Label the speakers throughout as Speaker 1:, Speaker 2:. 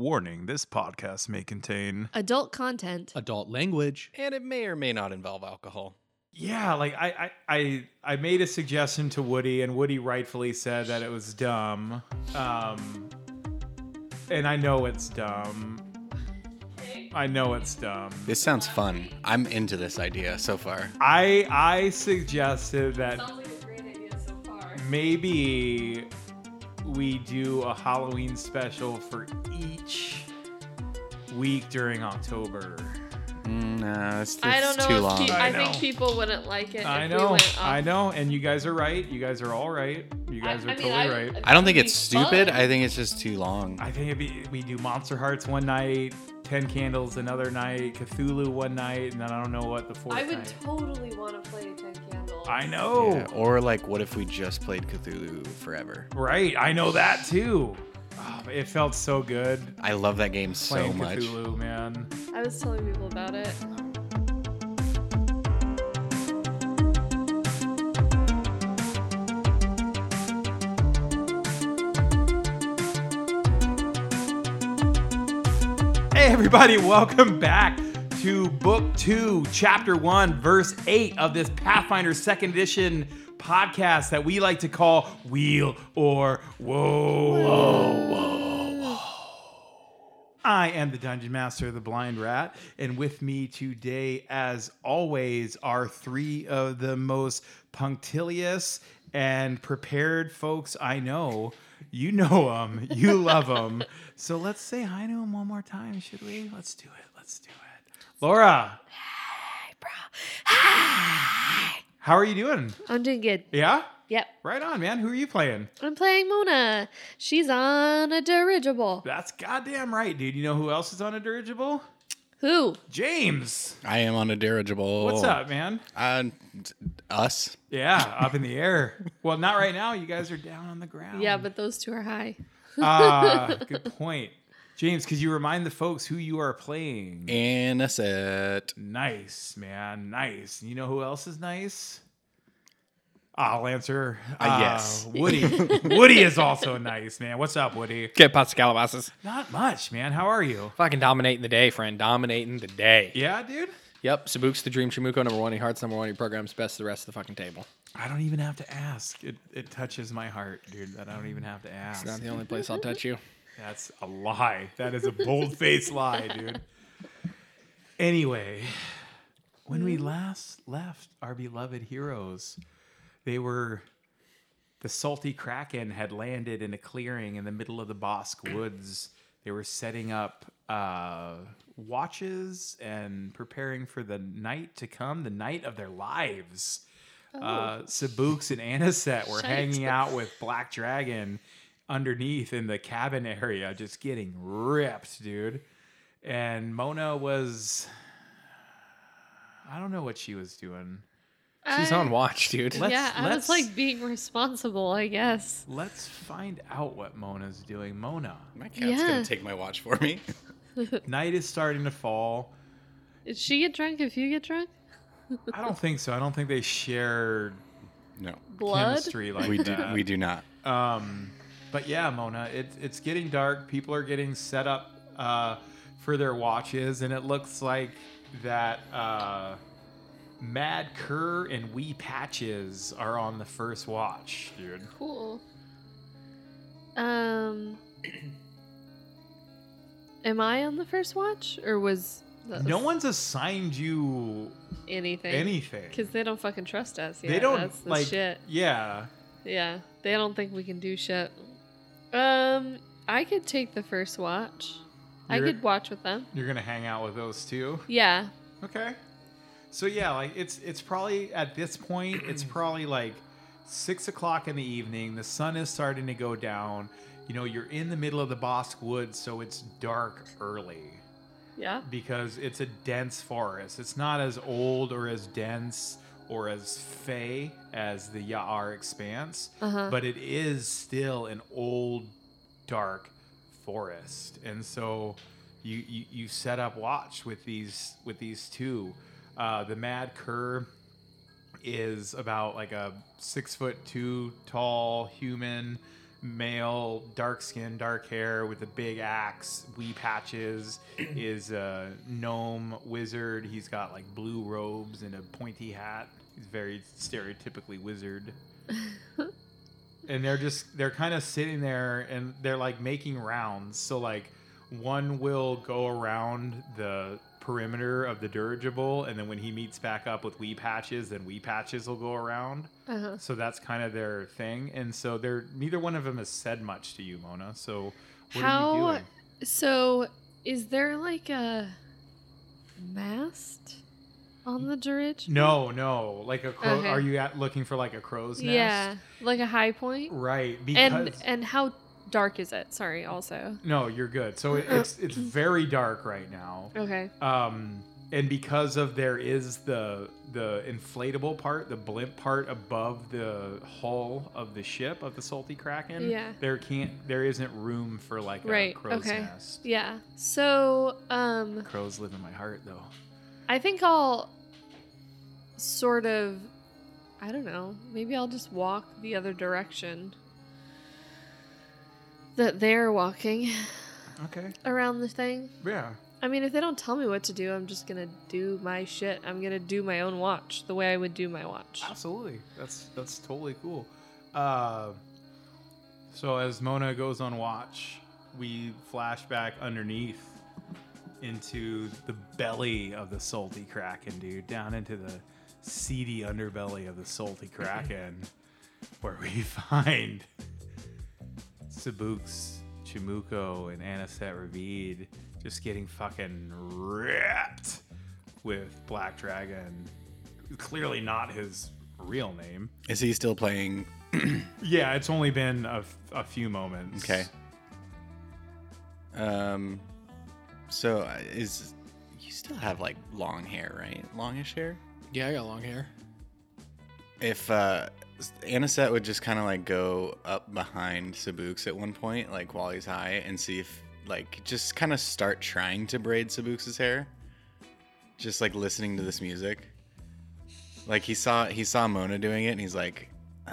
Speaker 1: Warning this podcast may contain.
Speaker 2: Adult content.
Speaker 3: Adult language.
Speaker 4: And it may or may not involve alcohol.
Speaker 5: Yeah, like I, I, I, I made a suggestion to Woody, and Woody rightfully said that it was dumb. Um, and I know it's dumb. I know it's dumb.
Speaker 4: This sounds fun. I'm into this idea so far.
Speaker 5: I, I suggested that
Speaker 6: Sounds like a great idea so far.
Speaker 5: maybe we do a Halloween special for each week during October.
Speaker 4: Mm, nah, it's,
Speaker 6: I don't know.
Speaker 4: too
Speaker 6: if
Speaker 4: long.
Speaker 6: Pe- I,
Speaker 5: I
Speaker 6: think
Speaker 5: know.
Speaker 6: people wouldn't like it.
Speaker 5: I
Speaker 6: if
Speaker 5: know,
Speaker 6: We went up.
Speaker 5: I know, and you guys are right. You guys are all right. You
Speaker 6: I-
Speaker 5: guys
Speaker 6: I mean,
Speaker 5: are totally
Speaker 6: I-
Speaker 5: right.
Speaker 6: it
Speaker 4: I don't think
Speaker 6: would
Speaker 4: it's
Speaker 6: be fun.
Speaker 4: stupid. I think it's just too long.
Speaker 5: I think it'd be, we do Monster Hearts one night, Ten Candles another night, Cthulhu one night, and then I don't know what the fourth
Speaker 6: I would
Speaker 5: night.
Speaker 6: totally want to play Ten Candles.
Speaker 5: I know,
Speaker 3: Oh.
Speaker 4: Yeah, Or like, what if we just played Cthulhu forever?
Speaker 5: right? I know that too. Oh, it felt so good
Speaker 4: I love that game so
Speaker 5: playing
Speaker 4: much.
Speaker 5: Cthulhu, man.
Speaker 6: I was telling people about it.
Speaker 5: Hey everybody, welcome back to Book 2, Chapter 1, Verse 8 of this Pathfinder 2nd Edition podcast that we like to call Wheel or Whoa. Whoa, I am the Dungeon Master, the Blind Rat, and with me today, as always, are three of the most punctilious and prepared folks I know. You know them, you love them. So let's say hi to them one more time, should we? Let's do it. Let's do it. Laura. Hi, bro. Hi. How are you doing?
Speaker 2: I'm doing good.
Speaker 5: Yeah?
Speaker 2: Yep.
Speaker 5: Right on, man. Who are you playing?
Speaker 2: I'm playing Mona. She's on a dirigible.
Speaker 5: That's goddamn right, dude. You know who else is on a dirigible?
Speaker 2: Who?
Speaker 5: James.
Speaker 4: I am on a dirigible.
Speaker 5: What's up, man?
Speaker 4: Uh, d- us.
Speaker 5: Yeah, up in the air. Well, not right now. You guys are down on the ground.
Speaker 2: Yeah, but those two are high.
Speaker 5: Ah, good point, James. Could you remind the folks who you are playing?
Speaker 4: Innocent.
Speaker 5: nice, man. Nice. You know who else is nice? I'll answer. Ah,
Speaker 4: Uh, yes.
Speaker 5: Woody. Woody is also nice, man. What's up, Woody?
Speaker 3: Get pots of calabasas.
Speaker 5: Not much, man. How are you?
Speaker 3: Fucking dominating the day, friend. Dominating the day.
Speaker 5: Yeah, dude.
Speaker 3: Yep. Sabuks the dream. Chimuko number one. Your heart's number one. Your program's best. The rest of the fucking table.
Speaker 5: I don't even have to ask. It, it touches my heart, dude. That I don't even have to ask.
Speaker 3: Not the only place I'll touch you.
Speaker 5: That's a lie. That is a bold faced lie, dude. Anyway, when we last left our beloved heroes, they were the salty kraken had landed in a clearing in the middle of the Bosque woods. They were setting up uh, watches and preparing for the night to come, the night of their lives. Uh, Sabuks and Aniset were hanging out with Black Dragon underneath in the cabin area, just getting ripped, dude. And Mona was. I don't know what she was doing.
Speaker 3: She's
Speaker 2: I-
Speaker 3: on watch, dude.
Speaker 5: Let's-
Speaker 2: yeah, I was
Speaker 5: let's-
Speaker 2: like being responsible, I guess.
Speaker 5: Let's find out what Mona's doing. Mona,
Speaker 4: My cat's
Speaker 2: Yeah.
Speaker 4: gonna take my watch for me.
Speaker 5: night is starting to fall.
Speaker 2: Did she get drunk if you get drunk?
Speaker 5: I don't think so. I don't think they share
Speaker 4: No,
Speaker 2: Blood?
Speaker 5: chemistry like
Speaker 4: we do.
Speaker 5: that.
Speaker 4: We do not.
Speaker 5: Um, but yeah, Mona, it, it's getting dark. People are getting set up uh, for their watches, and it looks like that uh, Mad Cur and Wee Patches are on the first watch, dude.
Speaker 2: Cool. Um Am I on the first watch or was that
Speaker 5: No one's assigned you
Speaker 2: anything?
Speaker 5: anything.
Speaker 2: Cuz they don't fucking trust us. Yeah,
Speaker 5: they don't
Speaker 2: that's the
Speaker 5: like
Speaker 2: shit.
Speaker 5: yeah.
Speaker 2: Yeah, they don't think we can do shit. Um I could take the first watch. I
Speaker 5: You're-
Speaker 2: could watch with them.
Speaker 5: You're gonna hang out with those two.
Speaker 2: Yeah.
Speaker 5: Okay. So yeah, like it's it's probably at this point it's probably like six o'clock in the evening. The sun is starting to go down. You know, you're in the middle of the Bosque Woods, so it's dark early
Speaker 2: Yeah.
Speaker 5: because it's a dense forest. It's not as old or as dense or as fey as the Ya'ar Expanse,
Speaker 2: Uh-huh.
Speaker 5: but it is still an old, dark forest. And so you you, you set up watch with these with these two. Uh, the Mad Cur is about like a six foot two tall human. male, dark skin, dark hair, with a big axe, wee patches, is a gnome wizard. He's got like blue robes and a pointy hat. He's very stereotypically wizard. and they're just they're kind of sitting there and they're like making rounds. So like one will go around the perimeter of the dirigible and then when he meets back up with wee patches then wee patches will go around
Speaker 2: Uh-huh.
Speaker 5: so that's kind of their thing, and so they're neither one of them has said much to you, Mona. So what are you
Speaker 2: How-
Speaker 5: doing?
Speaker 2: So, is there like a mast on the dirige?
Speaker 5: No, no, like a crow.
Speaker 2: Okay.
Speaker 5: Are you at looking for like a crow's nest?
Speaker 2: Yeah, like a high point.
Speaker 5: right. Because
Speaker 2: And and how dark is it? Sorry, also.
Speaker 5: no, you're good. So it, it's it's very dark right now.
Speaker 2: Okay.
Speaker 5: Um, and because of there is the the inflatable part, the blimp part above the hull of the ship of the Salty Kraken.
Speaker 2: Yeah.
Speaker 5: There can't there isn't room for like
Speaker 2: Right,
Speaker 5: a crow's
Speaker 2: okay.
Speaker 5: nest.
Speaker 2: Yeah. So, um
Speaker 5: Crows live in my heart though.
Speaker 2: I think I'll sort of I don't know, maybe I'll just walk the other direction that they're walking
Speaker 5: Okay.
Speaker 2: around the thing.
Speaker 5: Yeah.
Speaker 2: I mean, if they don't tell me what to do, I'm just gonna do my shit. I'm gonna do my own watch the way I would do my watch.
Speaker 5: Absolutely. That's that's totally cool. Uh, so as Mona goes on watch, we flash back underneath into the belly of the salty kraken, dude, down into the seedy underbelly of the salty kraken, where we find Sabuks, Chimuko, and Anisette Ravid just getting fucking ripped with Black Dragon. Clearly not his real name.
Speaker 4: Is he still playing?
Speaker 5: Yeah, it's only been a, f- a few moments.
Speaker 4: Okay. Um, so uh, is you still have like long hair, right? Longish hair.
Speaker 3: Yeah, I got long hair.
Speaker 4: If uh, Anisette would just kind of like go up behind Sabuks at one point, like while he's high, and see if like just kind of start trying to braid Sabuks' hair, just like listening to this music. Like he saw he saw Mona doing it, and he's like, uh,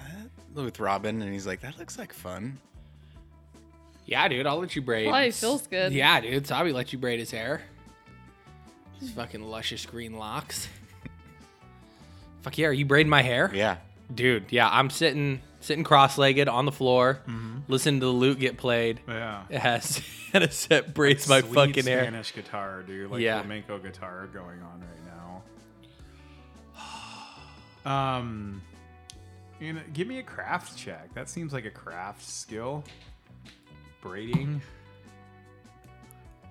Speaker 4: with Robin, and he's like, that looks like fun.
Speaker 3: Yeah, dude, I'll let you braid.
Speaker 2: Probably feels good.
Speaker 3: Yeah, dude, Sabi let you braid his hair. His fucking luscious green locks. Fuck yeah, are you braiding my hair?
Speaker 4: Yeah.
Speaker 3: Dude, yeah, I'm sitting sitting cross-legged on the floor, listening to the lute get played
Speaker 5: Yeah.
Speaker 3: as and a set braids my
Speaker 5: Sweet
Speaker 3: fucking hair.
Speaker 5: Spanish guitar, dude. Like
Speaker 3: Yeah.
Speaker 5: flamenco guitar going on right now. Um, you know, give me a craft check. That seems like a craft skill. Braiding.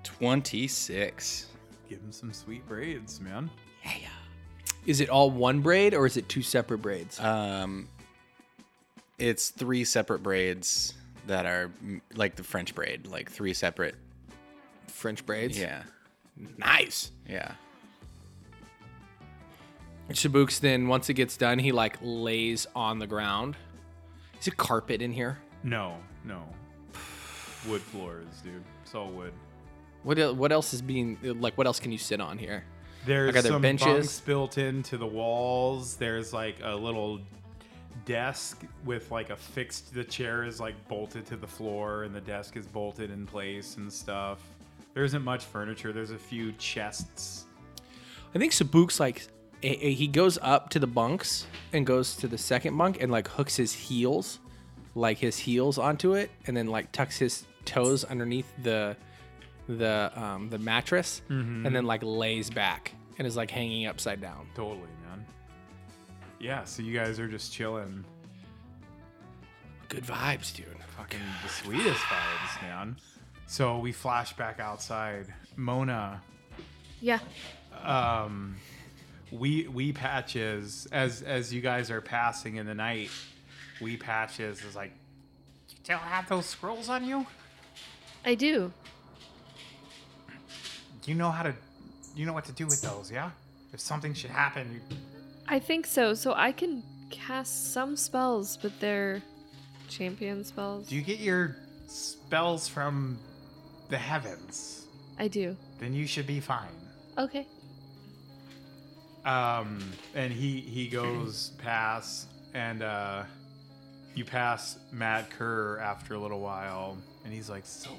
Speaker 4: Twenty six.
Speaker 5: Give him some sweet braids, man.
Speaker 3: Is it all one braid or is it two separate braids?
Speaker 4: Um, it's three separate braids that are mm, like the French braid, like three separate.
Speaker 3: French braids.
Speaker 4: Yeah,
Speaker 3: Nice.
Speaker 4: yeah.
Speaker 3: Shabuks then once it gets done, he like lays on the ground. Is it carpet in here?
Speaker 5: No, no. Wood floors, dude. It's all wood.
Speaker 3: What el- what else is being like? What else can you sit on here?
Speaker 5: There's
Speaker 3: Like, are there
Speaker 5: some
Speaker 3: benches?
Speaker 5: bunks built into the walls. There's like a little desk with like a fixed. The chair is like bolted to the floor, and the desk is bolted in place and stuff. There isn't much furniture. There's a few chests.
Speaker 3: I think Sabuks like eh, eh, he goes up to the bunks and goes to the second bunk and like hooks his heels, like his heels onto it, and then like tucks his toes underneath the the um, the mattress, and then like lays back and is like hanging upside down.
Speaker 5: Totally, man. Yeah, so you guys are just chilling.
Speaker 3: Good vibes, dude.
Speaker 5: Fucking the sweetest vibes, man. So we flash back outside. Mona,
Speaker 2: Yeah.
Speaker 5: um we we patches as as you guys are passing in the night we patches is like you still have those scrolls on you
Speaker 2: I do.
Speaker 5: you know how to you know what to do with those yeah if something should happen you
Speaker 2: I think so. So I can cast some spells, but they're champion spells.
Speaker 5: do you get your spells from the heavens
Speaker 2: I do.
Speaker 5: then you should be fine
Speaker 2: Okay.
Speaker 5: um and he he goes past and uh you pass Matt Kerr after a little while, and he's like, "So,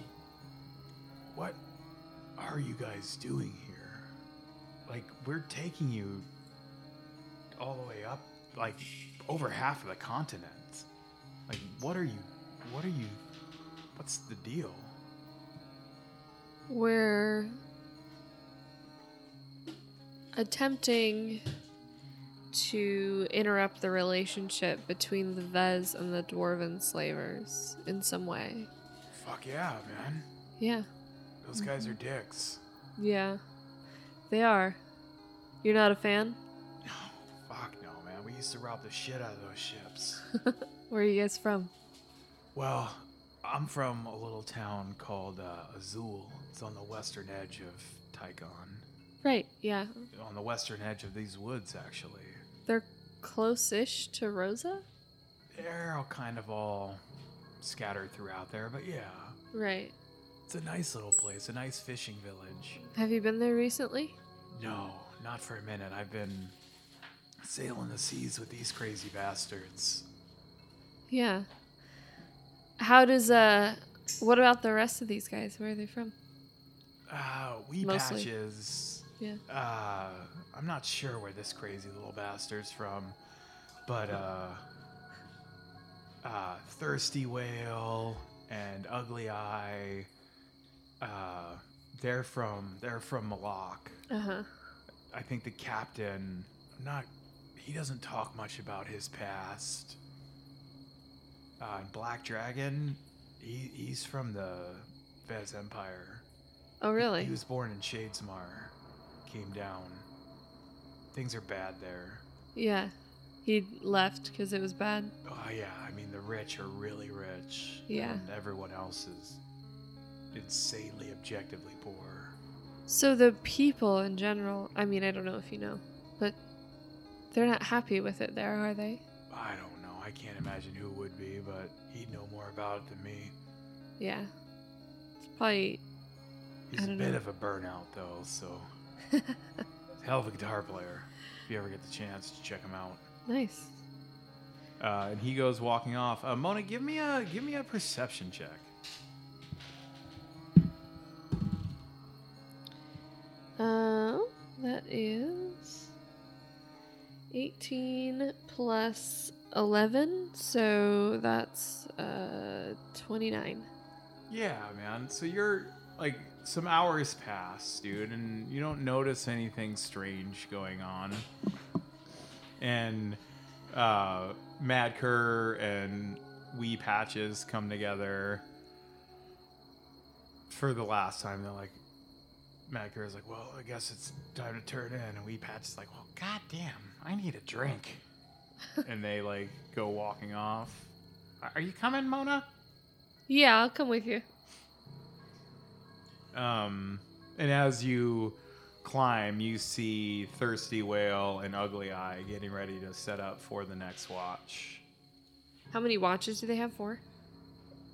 Speaker 5: what are you guys doing here? Like, we're taking you all the way up, like over half of the continent. Like, what are you? What are you? What's the deal?"
Speaker 2: We're attempting to interrupt the relationship between the Vez and the Dwarven slavers in some way.
Speaker 5: Fuck yeah, man!
Speaker 2: Yeah,
Speaker 5: Those guys are dicks.
Speaker 2: yeah. They are. You're not a fan?
Speaker 5: Fuck no, man. We used to rob the shit out of those ships.
Speaker 2: Where are you guys from?
Speaker 5: Well, I'm from a little town called uh, Azul. It's on the western edge of Tygon.
Speaker 2: Right, yeah.
Speaker 5: On the western edge of these woods, actually.
Speaker 2: They're close ish to Rosa?
Speaker 5: They're all kind of all scattered throughout there, but yeah.
Speaker 2: Right.
Speaker 5: It's a nice little place, a nice fishing village.
Speaker 2: Have you been there recently?
Speaker 5: No, not for a minute. I've been sailing the seas with these crazy bastards.
Speaker 2: Yeah. How does, uh, what about the rest of these guys? Where are they from?
Speaker 5: Uh, wee
Speaker 2: Mostly.
Speaker 5: patches.
Speaker 2: Yeah.
Speaker 5: Uh, I'm not sure where this crazy little bastard's from, but uh, uh, Thirsty Whale and Ugly Eye, uh, they're from they're from Malak.
Speaker 2: Uh huh.
Speaker 5: I think the captain. I'm not. He doesn't talk much about his past. Uh, and Black Dragon, he, he's from the Vez Empire.
Speaker 2: Oh, really?
Speaker 5: He was born in Shadesmar. Came down. Things are bad there.
Speaker 2: Yeah. He left because it was bad.
Speaker 5: Oh yeah, I mean the rich are really rich.
Speaker 2: Yeah.
Speaker 5: And everyone else is insanely objectively poor.
Speaker 2: So the people in general, I mean, I don't know if you know, but they're not happy with it there, are they?
Speaker 5: I don't know. I can't imagine who would be, but he'd know more about it than me.
Speaker 2: Yeah. It's probably. I
Speaker 5: He's a
Speaker 2: don't
Speaker 5: bit
Speaker 2: know.
Speaker 5: of a burnout though, so hell of a guitar player. If you ever get the chance to check him out.
Speaker 2: nice.
Speaker 5: Uh, and he goes walking off. Uh, Mona, give me a give me a perception check.
Speaker 2: Um, that is 18 plus 11, so that's uh 29.
Speaker 5: Yeah, man. So you're like some hours pass, dude, and you don't notice anything strange going on. And uh Mad Kerr and Wee Patches come together for the last time. They're like Mad Kerr's like, Well, I guess it's time to turn in and Wee Patches is like, Well, goddamn, I need a drink. and they like go walking off. Are you coming, Mona?
Speaker 2: Yeah, I'll come with you.
Speaker 5: Um, and as you climb, you see Thirsty Whale and Ugly Eye getting ready to set up for the next watch.
Speaker 2: How many watches do they have for?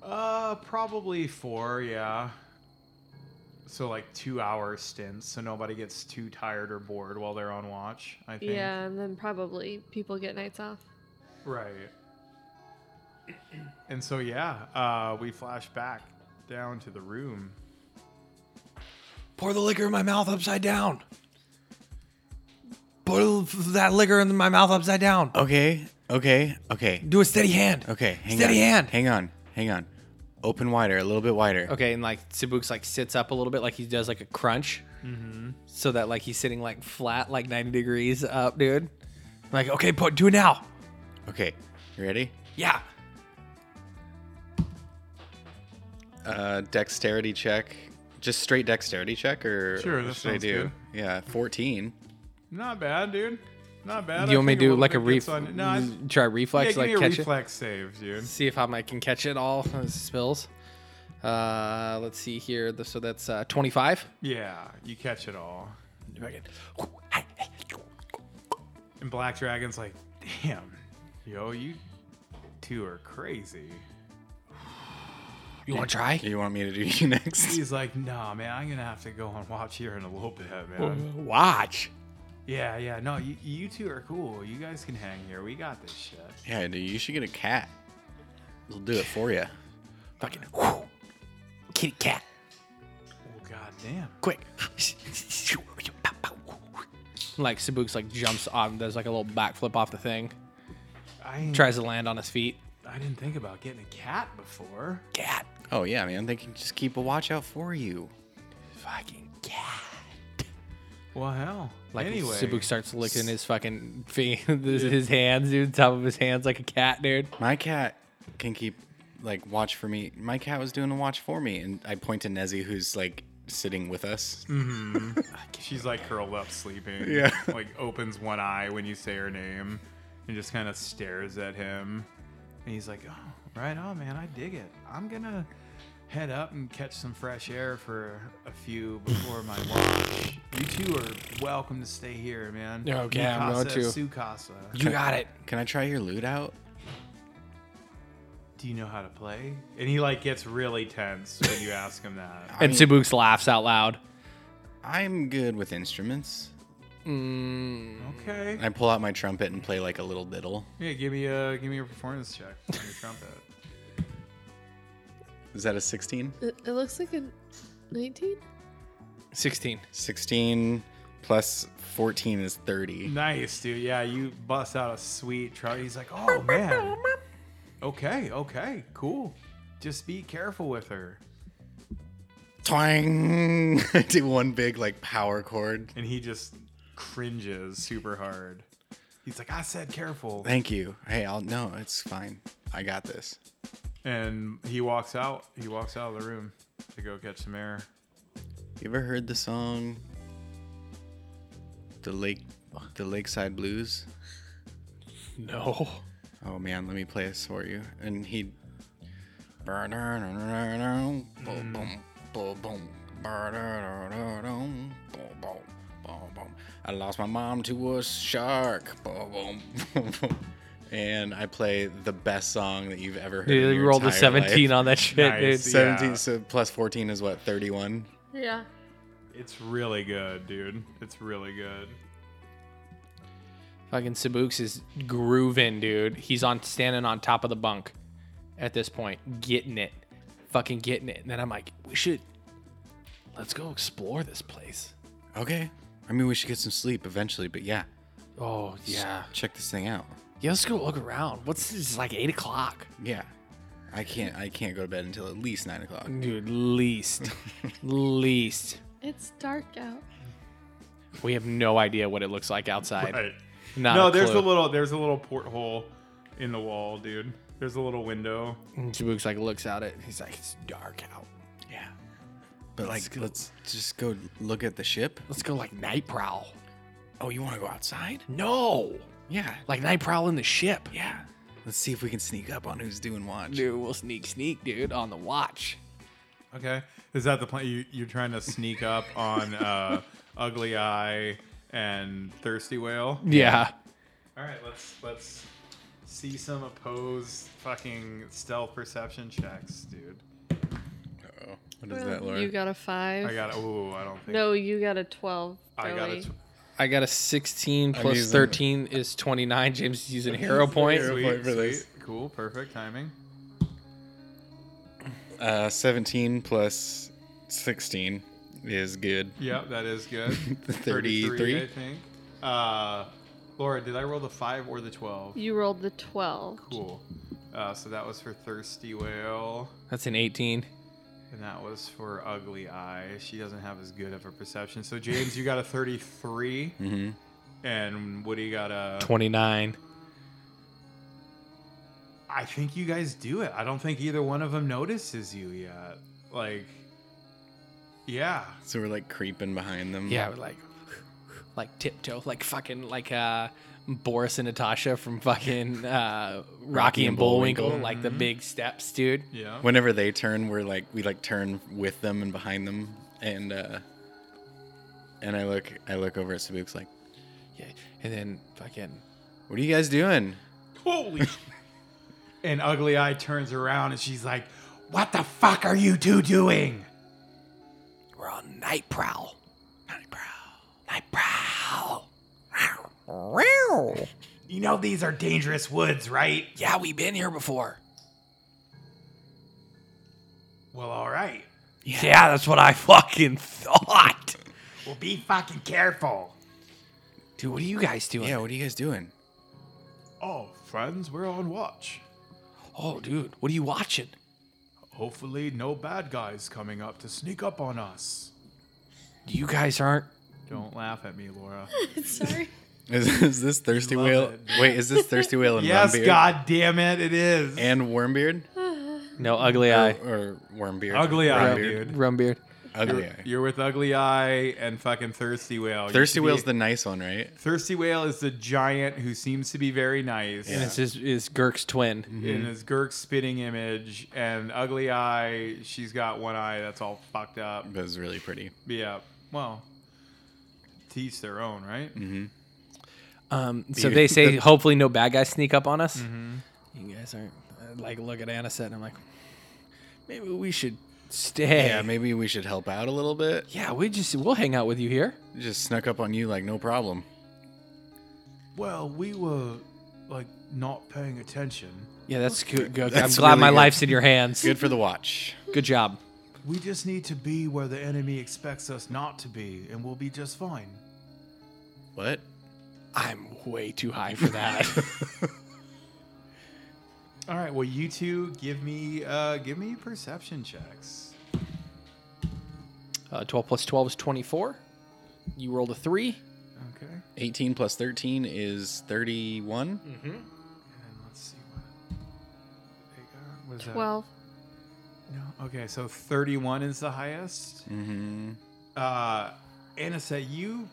Speaker 5: Uh, probably four, yeah. So like two hour stints, so nobody gets too tired or bored while they're on watch. I think.
Speaker 2: Yeah, and then probably people get nights off.
Speaker 5: Right. And so yeah, uh, we flash back down to the room.
Speaker 3: Pour the liquor in my mouth upside down. Pour the- that liquor in my mouth upside down.
Speaker 4: Okay, okay, okay,
Speaker 3: Do a steady hand.
Speaker 4: okay. Hang
Speaker 3: steady
Speaker 4: on.
Speaker 3: hand.
Speaker 4: Hang on, hang on. Open wider, a little bit wider.
Speaker 3: Okay, and like Sibuk's like sits up a little bit, like he does like a crunch,
Speaker 5: Mm-hmm.
Speaker 3: so that like he's sitting like flat, like ninety degrees up, dude. Like, okay, put do it now.
Speaker 4: Okay, you ready?
Speaker 3: Yeah.
Speaker 4: Uh, dexterity check. Just straight dexterity check, or
Speaker 5: Sure,
Speaker 4: what
Speaker 5: that
Speaker 4: should I
Speaker 5: sounds
Speaker 4: do?
Speaker 5: good.
Speaker 4: Yeah, fourteen.
Speaker 5: Not bad, dude. Not bad.
Speaker 3: you
Speaker 5: I
Speaker 3: want me to
Speaker 5: think
Speaker 3: do
Speaker 5: little
Speaker 3: like a
Speaker 5: bit gets
Speaker 3: ref? Mm,
Speaker 5: on- No, I-
Speaker 3: try
Speaker 5: yeah,
Speaker 3: reflex,
Speaker 5: give me
Speaker 3: like
Speaker 5: a
Speaker 3: catch
Speaker 5: reflex save, dude.
Speaker 3: it. See if I might can catch it all. uh, Spills. Uh, let's see here. th- So that's uh, twenty-five.
Speaker 5: Yeah, you catch it all. And Black Dragon's like, damn, yo, you two are crazy.
Speaker 3: You want to try?
Speaker 4: You want me to do you next?
Speaker 5: He's like, nah, man, I'm gonna have to go on watch here in a little bit, man.
Speaker 3: Oh, Watch.
Speaker 5: Yeah, yeah, no, you, you two are cool. You guys can hang here. We got this shit.
Speaker 4: Yeah, dude. You should get a cat. We'll do it for you.
Speaker 3: Fucking whew, kitty cat,
Speaker 7: Oh god damn.
Speaker 3: quick. like Sabuks like jumps on. Does like a little backflip off the thing.
Speaker 7: I
Speaker 3: Tries to land on his feet.
Speaker 7: I didn't think about getting a cat before.
Speaker 3: Cat,
Speaker 4: Oh yeah, man. They can just keep a watch out for you.
Speaker 3: fucking cat.
Speaker 7: Well hell.
Speaker 3: Like
Speaker 7: anyway.
Speaker 3: Sabuk starts licking his fucking feet, his, his hands, dude, top of his hands like a cat, dude.
Speaker 4: My cat can keep like watch for me. My cat was doing a watch for me, and I point to Nezzy, who's like sitting with us.
Speaker 5: Mm. She's like curled up sleeping.
Speaker 4: Yeah.
Speaker 5: Like opens one eye when you say her name and just kind of stares at him.
Speaker 7: And he's like, "Oh, right on, man. I dig it. I'm gonna head up and catch some fresh air for a few before my watch. You two are welcome to stay here, man.
Speaker 3: Okay, I'm going
Speaker 7: Mikasa,
Speaker 3: to.
Speaker 7: Sukasa.
Speaker 3: You got it.
Speaker 4: Can I try your loot out?
Speaker 7: Do you know how to play?
Speaker 5: And he like gets really tense when you ask him that.
Speaker 3: And Sabuks laughs out loud.
Speaker 4: I'm good with instruments.
Speaker 3: Mm.
Speaker 7: Okay.
Speaker 4: I pull out my trumpet and play like a little diddle.
Speaker 5: Yeah, give me a give me a performance check on your trumpet.
Speaker 4: Is that a 16?
Speaker 2: It, it looks like a 19?
Speaker 3: 16.
Speaker 4: 16 plus 14 is 30.
Speaker 7: Nice, dude. Yeah, you bust out a sweet try. He's like, "Oh man. Okay, okay, cool. Just be careful with her."
Speaker 4: Twang! I do one big like power chord.
Speaker 5: And he just cringes super hard.
Speaker 7: He's like, "I said careful."
Speaker 4: Thank you. Hey, I'll no, it's fine. I got this.
Speaker 5: And he walks out. He walks out of the room to go catch some air.
Speaker 4: You ever heard the song The Lake The Lakeside Blues?
Speaker 3: No.
Speaker 4: Oh man, let me play this for you. And he
Speaker 3: Mm.
Speaker 4: I lost my mom to a shark. And I play the best song that you've ever heard. in
Speaker 3: Dude, you
Speaker 4: your
Speaker 3: rolled a
Speaker 4: entire
Speaker 3: 17
Speaker 4: life.
Speaker 3: on that shit,
Speaker 5: Nice.
Speaker 3: dude.
Speaker 4: 17
Speaker 5: Yeah.
Speaker 4: so plus 14 is what 31.
Speaker 6: Yeah.
Speaker 5: It's really good, dude. It's really good.
Speaker 3: Fucking Sabuks is grooving, dude. He's on standing on top of the bunk at this point, getting it. Fucking getting it. And then I'm like, we should let's go explore this place.
Speaker 4: Okay. I mean, we should get some sleep eventually, but yeah.
Speaker 3: Oh yeah.
Speaker 4: Check this thing out.
Speaker 3: Yeah, let's go look around. What's this? It's like eight o'clock.
Speaker 4: Yeah. I can't I can't go to bed until at least nine o'clock.
Speaker 3: Dude, least. least.
Speaker 6: It's dark out.
Speaker 3: We have no idea what it looks like outside.
Speaker 5: Right.
Speaker 3: Not
Speaker 5: no,
Speaker 3: a
Speaker 5: there's
Speaker 3: clue.
Speaker 5: a little there's a little porthole in the wall, dude. There's a little window.
Speaker 3: And Sabuks like looks out at it. He's like, it's dark out.
Speaker 4: Yeah. But like let's just go look at the ship.
Speaker 3: Let's go like night prowl.
Speaker 4: Oh, you wanna go outside?
Speaker 3: No.
Speaker 4: Yeah.
Speaker 3: Like night prowl in the ship.
Speaker 4: Yeah. Let's see if we can sneak up on who's doing watch.
Speaker 3: Dude, we'll sneak, sneak, dude, on the watch.
Speaker 5: Okay, is that the plan? You, you're trying to sneak up on uh, Ugly Eye and Thirsty Whale.
Speaker 3: Yeah.
Speaker 5: All right, let's let's see some opposed fucking stealth perception checks, dude.
Speaker 4: Uh-oh. Oh, What is that, Laura?
Speaker 2: You got a 5.
Speaker 5: I got oh, I don't think
Speaker 2: no, you got a 12.
Speaker 5: I got
Speaker 2: Joey.
Speaker 5: it.
Speaker 3: I got a 16 plus
Speaker 4: using-
Speaker 3: 13 is 29. James is using hero point.
Speaker 4: Hero
Speaker 5: Sweet,
Speaker 4: point for
Speaker 5: sweet.
Speaker 4: this.
Speaker 5: Cool, perfect timing.
Speaker 4: Uh seventeen plus sixteen is good.
Speaker 5: Yeah, that is good.
Speaker 4: 33?
Speaker 5: I think. Uh, Laura, did I roll the five or the twelve?
Speaker 2: You rolled the 12.
Speaker 5: Cool. Uh, so that was for Thirsty Whale.
Speaker 3: That's an 18.
Speaker 5: And that was for Ugly Eye. She doesn't have as good of a perception. So James, you got a 33,
Speaker 4: Mm-hmm.
Speaker 5: and Woody got a.
Speaker 3: 29.
Speaker 5: I think you guys do it. I don't think either one of them notices you yet. Like, yeah,
Speaker 4: So we're like creeping behind them.
Speaker 3: Yeah, but like, like tiptoe, like fucking, like uh, Boris and Natasha from fucking uh, Rocky,
Speaker 4: Rocky
Speaker 3: and
Speaker 4: and
Speaker 3: Bullwinkle,
Speaker 4: Bullwinkle.
Speaker 3: like the big steps, dude.
Speaker 5: yeah.
Speaker 4: Whenever they turn, we're like we like turn with them and behind them, and uh and I look I look over at Sabuks like,
Speaker 3: Yeah. And then fucking,
Speaker 4: what are you guys doing?
Speaker 5: Holy. and Ugly Eye turns around and she's like, "What the fuck are you two doing?"
Speaker 3: we're on night prowl. Night prowl. Night prowl.
Speaker 5: You know these are dangerous woods, right?
Speaker 3: Yeah, we've been here before.
Speaker 7: Well, all right.
Speaker 3: Yeah, that's what I fucking thought.
Speaker 7: Well, be fucking careful.
Speaker 3: Dude, what are you guys doing?
Speaker 4: Yeah, what are you guys doing?
Speaker 7: Oh, friends, we're on watch.
Speaker 3: Oh, dude, what are you watching?
Speaker 7: Hopefully, no bad guys coming up to sneak up on us.
Speaker 3: You guys aren't.
Speaker 7: Don't laugh at me, Laura.
Speaker 6: Sorry.
Speaker 4: Is, is this thirsty
Speaker 7: love
Speaker 4: whale?
Speaker 7: it.
Speaker 4: Wait, is this thirsty whale and
Speaker 7: yes,
Speaker 4: Rumbeard?
Speaker 7: god damn it, it is.
Speaker 4: And Wormbeard?
Speaker 3: No, ugly eye.
Speaker 4: Or Wormbeard?
Speaker 7: Ugly Eye,
Speaker 4: Wormbeard.
Speaker 7: dude.
Speaker 3: Rum beard.
Speaker 4: Ugly Eye.
Speaker 5: You're with Ugly Eye and fucking Thirsty Whale. You
Speaker 4: Thirsty
Speaker 5: should be-
Speaker 4: Whale's the nice one, right?
Speaker 5: Thirsty Whale is the giant who seems to be very nice.
Speaker 4: Yeah. Mm-hmm.
Speaker 3: And it's his, is Girk's twin.
Speaker 7: Mm-hmm.
Speaker 5: And his Gurk's spitting image and Ugly Eye, she's got one eye that's all fucked up.
Speaker 4: That was really pretty.
Speaker 5: Yeah. Well, teach their own, right?
Speaker 4: Mm-hmm.
Speaker 3: Um, so
Speaker 4: Dude.
Speaker 3: they say, hopefully, no bad guys sneak up on us.
Speaker 4: Mm-hmm.
Speaker 3: You guys aren't. I, Like, look at Anisette, and I'm like, maybe we should stay.
Speaker 4: Yeah, maybe we should help out a little bit.
Speaker 3: Yeah, we just we'll hang out with you here.
Speaker 4: Just snuck up on you like no problem.
Speaker 7: Well, we were, like, not paying attention.
Speaker 3: Yeah, that's good. good.
Speaker 4: That's
Speaker 3: I'm glad
Speaker 4: really
Speaker 3: my
Speaker 4: good.
Speaker 3: life's in your hands.
Speaker 4: Good for the watch.
Speaker 3: Good job.
Speaker 7: We just need to be where the enemy expects us not to be, and we'll be just fine.
Speaker 4: What?
Speaker 3: I'm way too high for that.
Speaker 5: All right. Well, you two give me uh, give me perception checks.
Speaker 3: uh, 12 plus 12 is 24. You rolled a three.
Speaker 5: Okay.
Speaker 4: 18 plus 13 is 31.
Speaker 5: And then let's see what they got. What is that?
Speaker 2: Twelve.
Speaker 5: No. Okay. So thirty-one is the highest.
Speaker 4: Mm-hmm.
Speaker 5: Uh, Anissa, you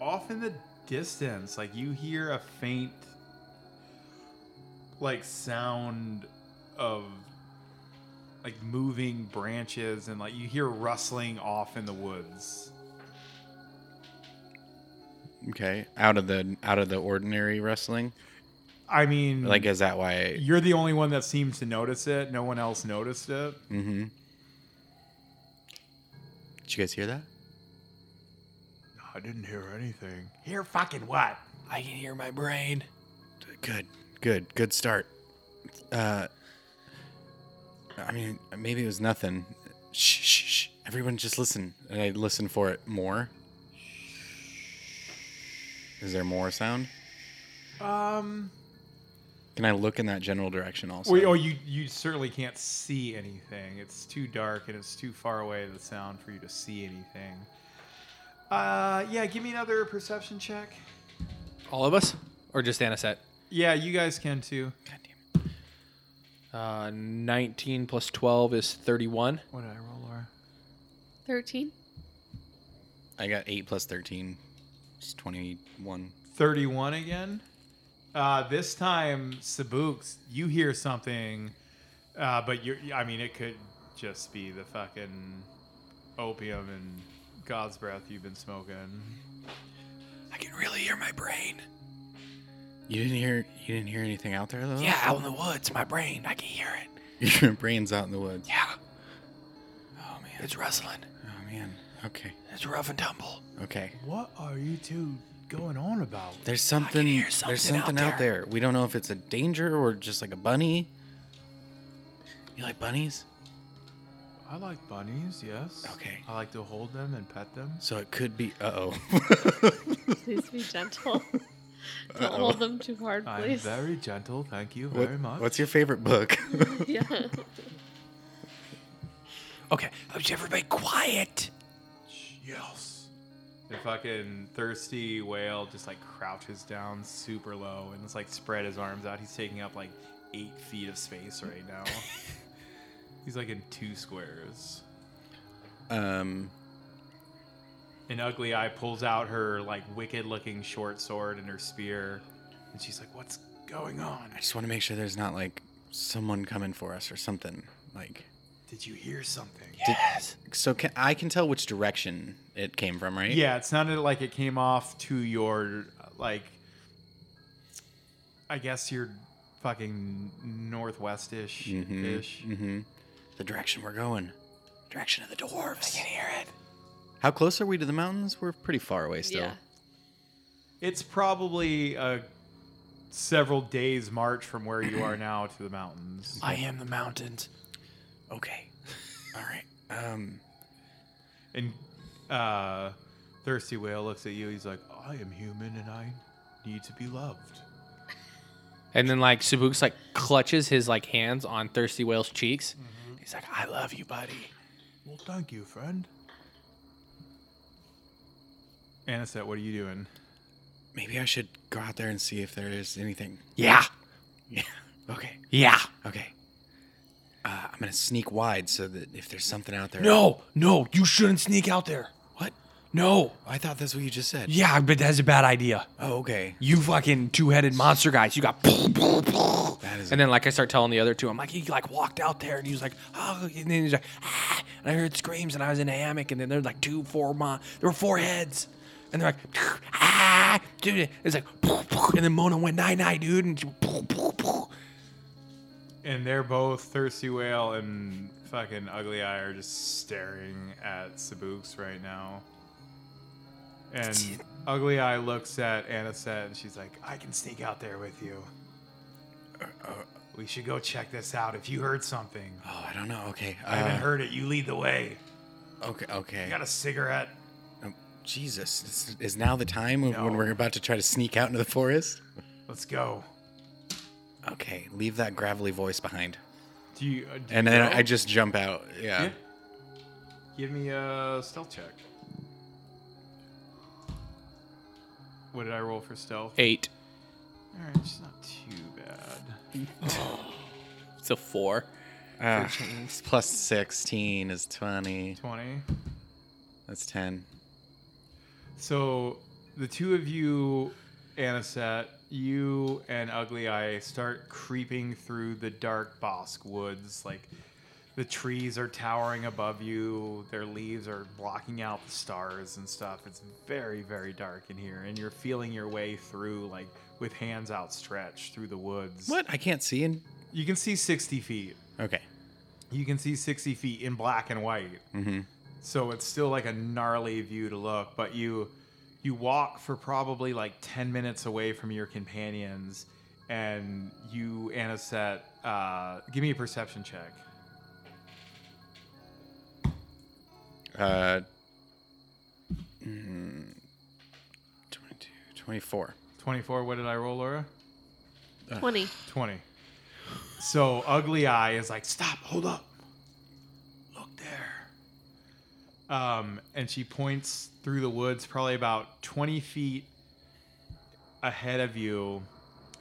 Speaker 5: off in the distance, like you hear a faint, like sound of like moving branches, and like you hear rustling off in the woods.
Speaker 4: Okay. Out of the out of the ordinary wrestling.
Speaker 5: I mean,
Speaker 4: Like, is that why?
Speaker 5: You're the only one that seems to notice it. No one else noticed it.
Speaker 4: Mm-hmm. Did you guys hear that?
Speaker 7: I didn't hear anything. Hear fucking what?
Speaker 3: I can hear my brain.
Speaker 4: Good, good, good start. Uh, I mean, maybe it was nothing. Shh, shh, shh. Everyone just listen. And I listen for it more. Is there more sound?
Speaker 5: Um.
Speaker 4: Can I look in that general direction also?
Speaker 5: Well, oh, you you certainly can't see anything. It's too dark and it's too far away the sound for you to see anything. Uh, yeah. Give me another perception check.
Speaker 3: All of us? Or just Anisette?
Speaker 5: Yeah, you guys can too.
Speaker 3: Uh, 19 plus 12 is 31.
Speaker 5: What did I roll, Laura?
Speaker 2: Thirteen.
Speaker 4: I got 8 plus 13. It's 21.
Speaker 5: Thirty-one again. Uh, this time, Sabuks, you hear something, uh, but you're. I mean, it could just be the fucking opium and God's breath you've been smoking.
Speaker 3: I can really hear my brain.
Speaker 4: You didn't hear you didn't hear anything out there though?
Speaker 3: Yeah, out in the woods, my brain. I can hear it.
Speaker 4: Your brain's out in the woods.
Speaker 3: Yeah. Oh, man. It's rustling.
Speaker 4: Oh man. Okay.
Speaker 3: It's rough and tumble.
Speaker 4: Okay.
Speaker 7: What are you two going on about?
Speaker 4: There's something,
Speaker 3: hear
Speaker 4: there's
Speaker 3: something out
Speaker 4: something out there. We don't know if it's a danger or just like a bunny. You like bunnies?
Speaker 7: I like bunnies, yes.
Speaker 4: Okay.
Speaker 7: I like to hold them and pet them.
Speaker 4: So it could be uh
Speaker 6: Please be gentle. Don't hold them too hard,
Speaker 7: I'm
Speaker 6: please.
Speaker 7: very gentle, thank you
Speaker 4: oh.
Speaker 7: very much.
Speaker 4: What's your favorite book?
Speaker 6: yeah.
Speaker 3: Okay. Oh, everybody quiet.
Speaker 7: Yes.
Speaker 5: The fucking thirsty whale just like crouches down super low and it's like spread his arms out. He's taking up like eight feet of space right now. He's like in two squares.
Speaker 4: um
Speaker 5: And Ugly Eye pulls out her like wicked looking short sword and her spear. And she's like, What's going on?
Speaker 4: I just want to make sure there's not like someone coming for us or something. Like
Speaker 5: Did you hear something?
Speaker 3: Yes.
Speaker 4: so can, I can tell which direction it came from, right?
Speaker 5: Yeah, it sounded like it came off to your like I guess your fucking northwestish ish.
Speaker 4: Mm-hmm. The direction we're going. Direction of the dwarves. I can hear it. How close are we to the mountains? We're pretty far away still.
Speaker 6: Yeah.
Speaker 5: It's probably uh, a several days march from where you are now to the mountains.
Speaker 3: I am the mountains. Okay.
Speaker 4: All right. Um,
Speaker 5: And uh, Thirsty Whale looks at you. He's like, I am human and I need to be loved.
Speaker 3: And then like Subuk's like clutches his like hands on Thirsty Whale's cheeks. He's like, I love you, buddy.
Speaker 5: Well, thank you, friend. Anisette, what are you doing?
Speaker 4: maybe I should go out there and see if there is anything.
Speaker 3: Yeah.
Speaker 4: Yeah. Okay.
Speaker 3: Yeah.
Speaker 4: Okay. Uh, I'm gonna sneak wide so that if there's something out there.
Speaker 3: No, no, you shouldn't sneak out there.
Speaker 4: What?
Speaker 3: No.
Speaker 4: Oh, I thought that's what you just said.
Speaker 3: Yeah, but that's a bad idea.
Speaker 4: Oh, okay.
Speaker 3: You fucking two-headed monster guys. You got.
Speaker 4: That is.
Speaker 3: And then like I start telling the other two, I'm like, he like walked out there and he was like, oh, and then he's like, ah, and I heard screams and I was in a hammock and then there's like two, four, mon- there were four heads, and they're like, ah, dude, it's like, and then Mona went nine nine, dude, and she,
Speaker 5: And they're both Thirsty Whale and fucking Ugly Eye are just staring at Sabuks right now. And Ugly Eye looks at Anisette and she's like, I can sneak out there with you. We should go check this out. If you heard something,
Speaker 4: oh, I don't know. Okay.
Speaker 5: I haven't
Speaker 4: uh,
Speaker 5: heard it. You lead the way.
Speaker 4: Okay. Okay.
Speaker 5: I got a cigarette.
Speaker 4: Um, Jesus, is, is now the time when, when
Speaker 5: No.
Speaker 4: we're about to try to sneak out into the forest?
Speaker 5: Let's go.
Speaker 4: Okay, leave that gravelly voice behind.
Speaker 5: Do you? uh, do
Speaker 4: And
Speaker 5: you
Speaker 4: then
Speaker 5: go?
Speaker 4: I just jump out. Yeah.
Speaker 5: Yeah. Give me a stealth check. What did I roll for stealth?
Speaker 3: eight,
Speaker 5: All right, it's not too bad.
Speaker 3: it's a four.
Speaker 4: Ah, plus 16 is 20.
Speaker 5: Twenty.
Speaker 4: That's 10.
Speaker 5: So the two of you, Anisette, you and Ugly Eye start creeping through the dark bosque woods. Like the trees are towering above you, their leaves are blocking out the stars and stuff. It's very, very dark in here, and you're feeling your way through, like with hands outstretched through the woods.
Speaker 4: What? I can't see in.
Speaker 5: You can see 60 feet.
Speaker 4: Okay.
Speaker 5: You can see 60 feet in black and white.
Speaker 4: Mhm.
Speaker 5: So it's still like a gnarly view to look, but you you walk for probably like 10 minutes away from your companions and you Anisette uh, give me a perception check.
Speaker 4: Uh, mm, 22, 24.
Speaker 5: 24 what did I roll, Laura?
Speaker 6: 20.
Speaker 5: 20. So Ugly Eye is like, stop, hold up. Look there. Um, and she points through the woods, probably about 20 feet ahead of you,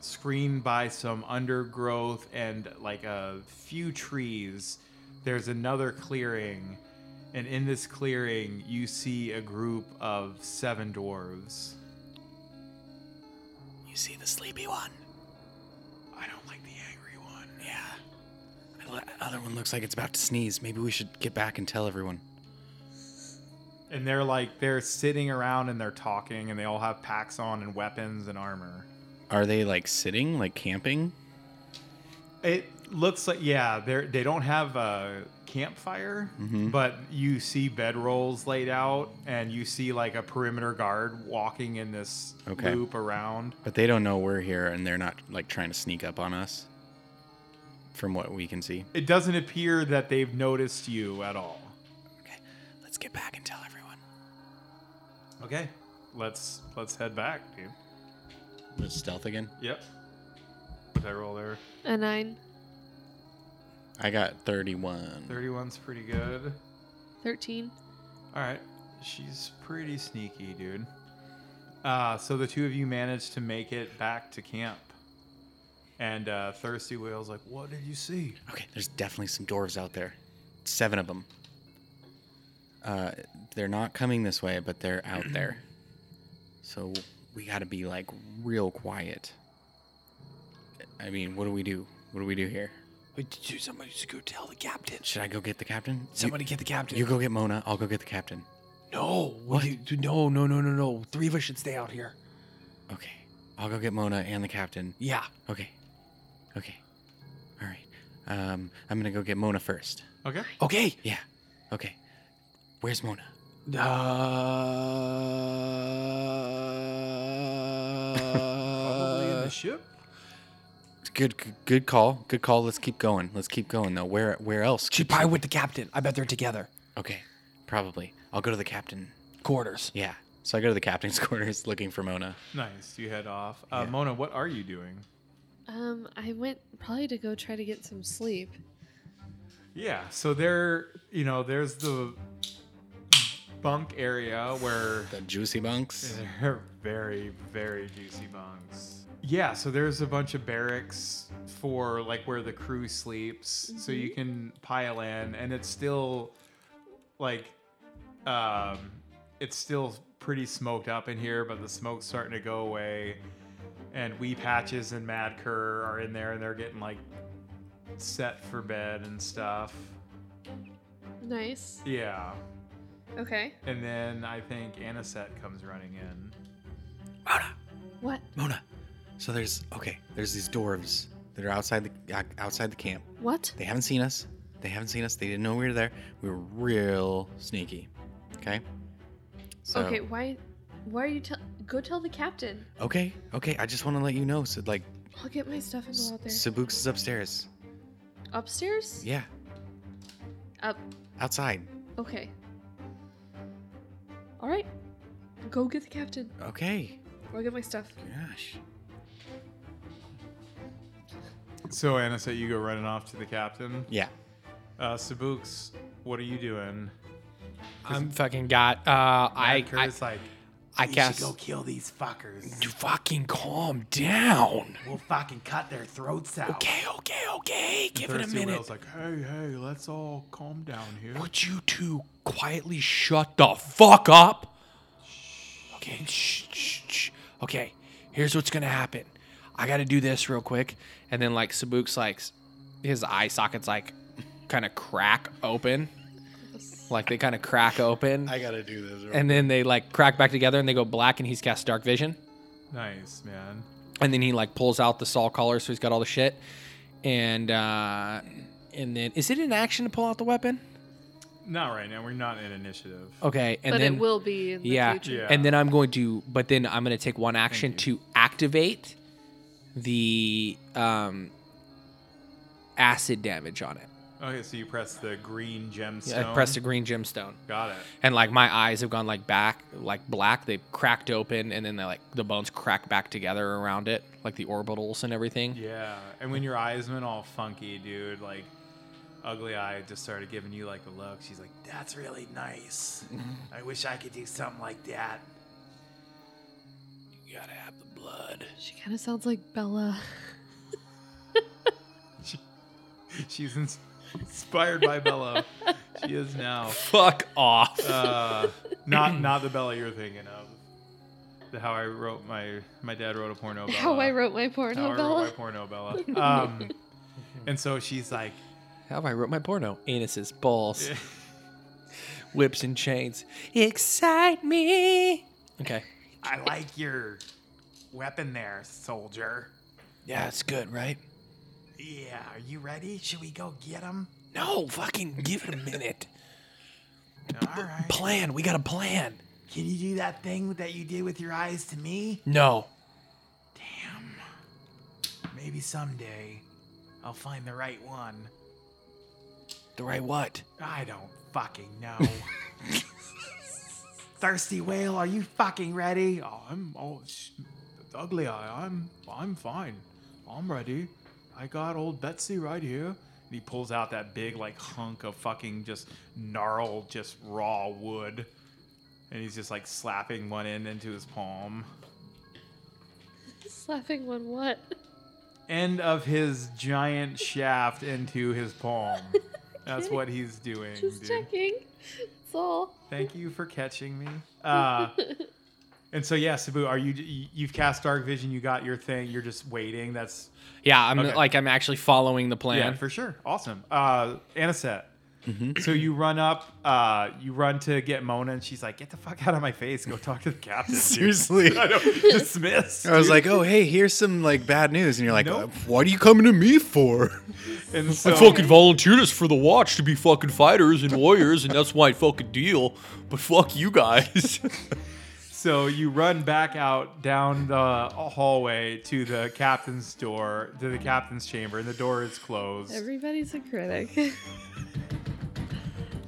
Speaker 5: screened by some undergrowth and like a few trees. There's another clearing. And in this clearing, you see a group of seven dwarves.
Speaker 4: You see the sleepy one?
Speaker 5: I don't like the angry one.
Speaker 4: Yeah. The other one looks like it's about to sneeze. Maybe we should get back and tell everyone.
Speaker 5: and they're like they're sitting around and they're talking and they all have packs on and weapons and armor
Speaker 4: Are they like sitting, like camping?
Speaker 5: it looks like yeah they're they don't have a campfire but you see bedrolls laid out and you see like a perimeter guard walking in this
Speaker 4: Okay.
Speaker 5: loop around
Speaker 4: But they don't know we're here and they're not like trying to sneak up on us. From what we can see.
Speaker 5: it doesn't appear that they've noticed you at all
Speaker 4: Okay. Let's get back and tell everyone.
Speaker 5: okay let's let's head back dude
Speaker 4: Just stealth again.
Speaker 5: yep what did i roll there
Speaker 2: A nine.
Speaker 4: I got 31.
Speaker 5: 31's pretty good
Speaker 2: 13.
Speaker 5: All right. She's pretty sneaky, dude. Uh, so the two of you managed to make it back to camp. And uh, Thirsty Whale's like, What did you see?
Speaker 4: Okay, there's definitely some dwarves out there. Seven of them. Uh, they're not coming this way, but they're out there. So we gotta be like real quiet. I mean, what do we do? What do we do here?
Speaker 3: Dude, somebody just go tell the captain.
Speaker 4: Should I go get the captain? You-
Speaker 3: Somebody get the captain.
Speaker 4: you go get Mona. I'll go get the captain.
Speaker 3: no, what? no, no, no, no, no. Three of us should stay out here.
Speaker 4: Okay. I'll go get Mona and the captain.
Speaker 3: Yeah.
Speaker 4: Okay. Okay. All right. Um, I'm gonna go get Mona first.
Speaker 5: Okay.
Speaker 3: Okay.
Speaker 4: Yeah. Okay. Where's Mona?
Speaker 3: Uh,
Speaker 8: uh,
Speaker 5: Uh, Probably in the ship.
Speaker 4: Good, good- good call. Good call. Let's keep going. Let's keep going though. Where, where else?
Speaker 8: She probably with the captain. I bet they're together.
Speaker 4: Okay, probably. I'll go to the captain.
Speaker 8: Quarters.
Speaker 4: Yeah. So I go to the captain's quarters looking for Mona.
Speaker 5: Nice. You head off. Uh, Mona, what are you doing?
Speaker 6: Um, I went probably to go try to get some sleep.
Speaker 5: Yeah. So there, you know, there's the bunk area where
Speaker 4: The juicy bunks.
Speaker 5: They're very, very juicy bunks. Yeah, so there's a bunch of barracks for like where the crew sleeps, so you can pile in, and it's still like, um, it's still pretty smoked up in here, but the smoke's starting to go away. And Wee Patches and Mad Cur are in there, and they're getting like set for bed and stuff.
Speaker 6: Nice.
Speaker 5: Yeah,
Speaker 6: Okay.
Speaker 5: and then I think Anisette comes running in.
Speaker 6: What?
Speaker 4: Mona. So there's okay. There's these dwarves that are outside the uh, outside the camp.
Speaker 6: What?
Speaker 4: They haven't seen us. They haven't seen us. They didn't know we were there. We were real sneaky. Okay. So,
Speaker 6: Okay. Why? Why are you tell? Go tell the captain.
Speaker 4: Okay. Okay. I just want to let you know. So like,
Speaker 6: I'll get my stuff and go out there.
Speaker 4: Sabuks is upstairs.
Speaker 6: Upstairs?
Speaker 4: Yeah.
Speaker 6: Up.
Speaker 4: Outside.
Speaker 6: Okay. All right. Go get the captain.
Speaker 4: Okay.
Speaker 6: I'll get my stuff.
Speaker 4: Gosh.
Speaker 5: So Anisette, you go running off to the captain.
Speaker 4: Yeah.
Speaker 5: Uh, Sabuks, what are you doing?
Speaker 8: I'm fucking got. Uh, I, I
Speaker 5: Curtis, like,
Speaker 8: I cast.
Speaker 7: kill these fuckers.
Speaker 8: You fucking calm down.
Speaker 7: We'll fucking cut their throats out.
Speaker 8: Okay, okay, okay. Give it a
Speaker 5: Thirsty
Speaker 8: minute.
Speaker 5: Will's like, hey, hey, let's all calm down here.
Speaker 8: Would you two quietly shut the fuck up? Okay, shh, shh, shh. Okay, here's what's gonna happen. I gotta do this real quick, and then like Sabuk's like, s- his eye sockets like, kind of crack open, like they kind of crack open,
Speaker 4: I gotta do this.
Speaker 8: and then they like crack back together, and they go black, and he's cast dark vision.
Speaker 5: Nice, man.
Speaker 8: and then he like pulls out the saw collar so he's got all the shit and uh and then is it an action to pull out the weapon
Speaker 5: Not right now. We're not in initiative.
Speaker 8: okay and
Speaker 2: but
Speaker 8: then
Speaker 2: it will be in the
Speaker 8: yeah,
Speaker 2: future.
Speaker 5: Yeah.
Speaker 8: Oh, and then i'm going to but then i'm going to take one action to activate the um acid damage on it
Speaker 5: Okay, so you press the green gemstone.
Speaker 8: i pressed a green gemstone
Speaker 5: Got it.
Speaker 8: and like my eyes have gone like back like black they've cracked open and then they like the bones crack back together around it like the orbitals and everything
Speaker 5: Yeah. And when your eyes went all funky, dude, like, Ugly Eye just started giving you, like, a look. She's like,
Speaker 7: That's really nice.
Speaker 8: Mm-hmm.
Speaker 7: I wish I could do something like that.
Speaker 8: you gotta have the blood
Speaker 6: She kind of sounds like Bella.
Speaker 5: she's ins- inspired by Bella. she is now.
Speaker 8: fuck off
Speaker 5: Uh, not not the Bella you're thinking of. The how I wrote my my dad wrote a porno. Bella.
Speaker 6: How I wrote my porn
Speaker 5: How I wrote my
Speaker 6: Bella.
Speaker 5: porno Bella. Um, and so she's like,
Speaker 8: How have I wrote my porno? Anuses, balls, whips and chains. Excite me. Okay.
Speaker 7: I like your weapon there, soldier.
Speaker 8: Yeah, it's good, right?
Speaker 7: Yeah, are you ready? Should we go get him?
Speaker 8: No, fucking give it a minute.
Speaker 7: All right.
Speaker 8: Plan. We got a plan.
Speaker 7: Can you do that thing that you did with your eyes to me?
Speaker 8: No.
Speaker 7: Damn. Maybe someday I'll find the right one.
Speaker 8: The right what?
Speaker 7: I don't fucking know. Thirsty whale, are you fucking ready?
Speaker 5: "Oh, I'm oh, sh- ugly eye. I'm I'm fine. I'm ready. I got old Betsy right here." And he pulls out that big like hunk of fucking just gnarled, just raw wood, and he's just like slapping one end into his palm.
Speaker 6: Slapping one what?
Speaker 5: End of his giant shaft into his palm. That's what he's doing,
Speaker 6: Just
Speaker 5: dude.
Speaker 6: checking. That's all.
Speaker 5: Thank you for catching me. Uh, and so yeah, Sabu, are you you've cast dark vision? You got your thing. You're just waiting. That's
Speaker 8: Yeah, I'm
Speaker 5: Okay.
Speaker 8: like I'm actually following the plan.
Speaker 5: yeah, for sure. Awesome. Uh, Anisette.
Speaker 4: Mm-hmm.
Speaker 5: So you run up, uh, you run to get Mona, and she's like, "Get the fuck out of my face! Go talk to the captain." dude."
Speaker 4: Seriously.
Speaker 5: I know, dismissed.
Speaker 4: I was like, oh hey, here's some like bad news, and you're like, "Uh,
Speaker 5: Nope.
Speaker 4: what are you coming to me for?
Speaker 5: And so,
Speaker 8: volunteered us for the watch to be fucking fighters and warriors, and that's my fucking deal. But fuck you guys.
Speaker 5: So you run back out down the hallway to the captain's door, to the captain's chamber, and the door is closed.
Speaker 6: Everybody's a critic.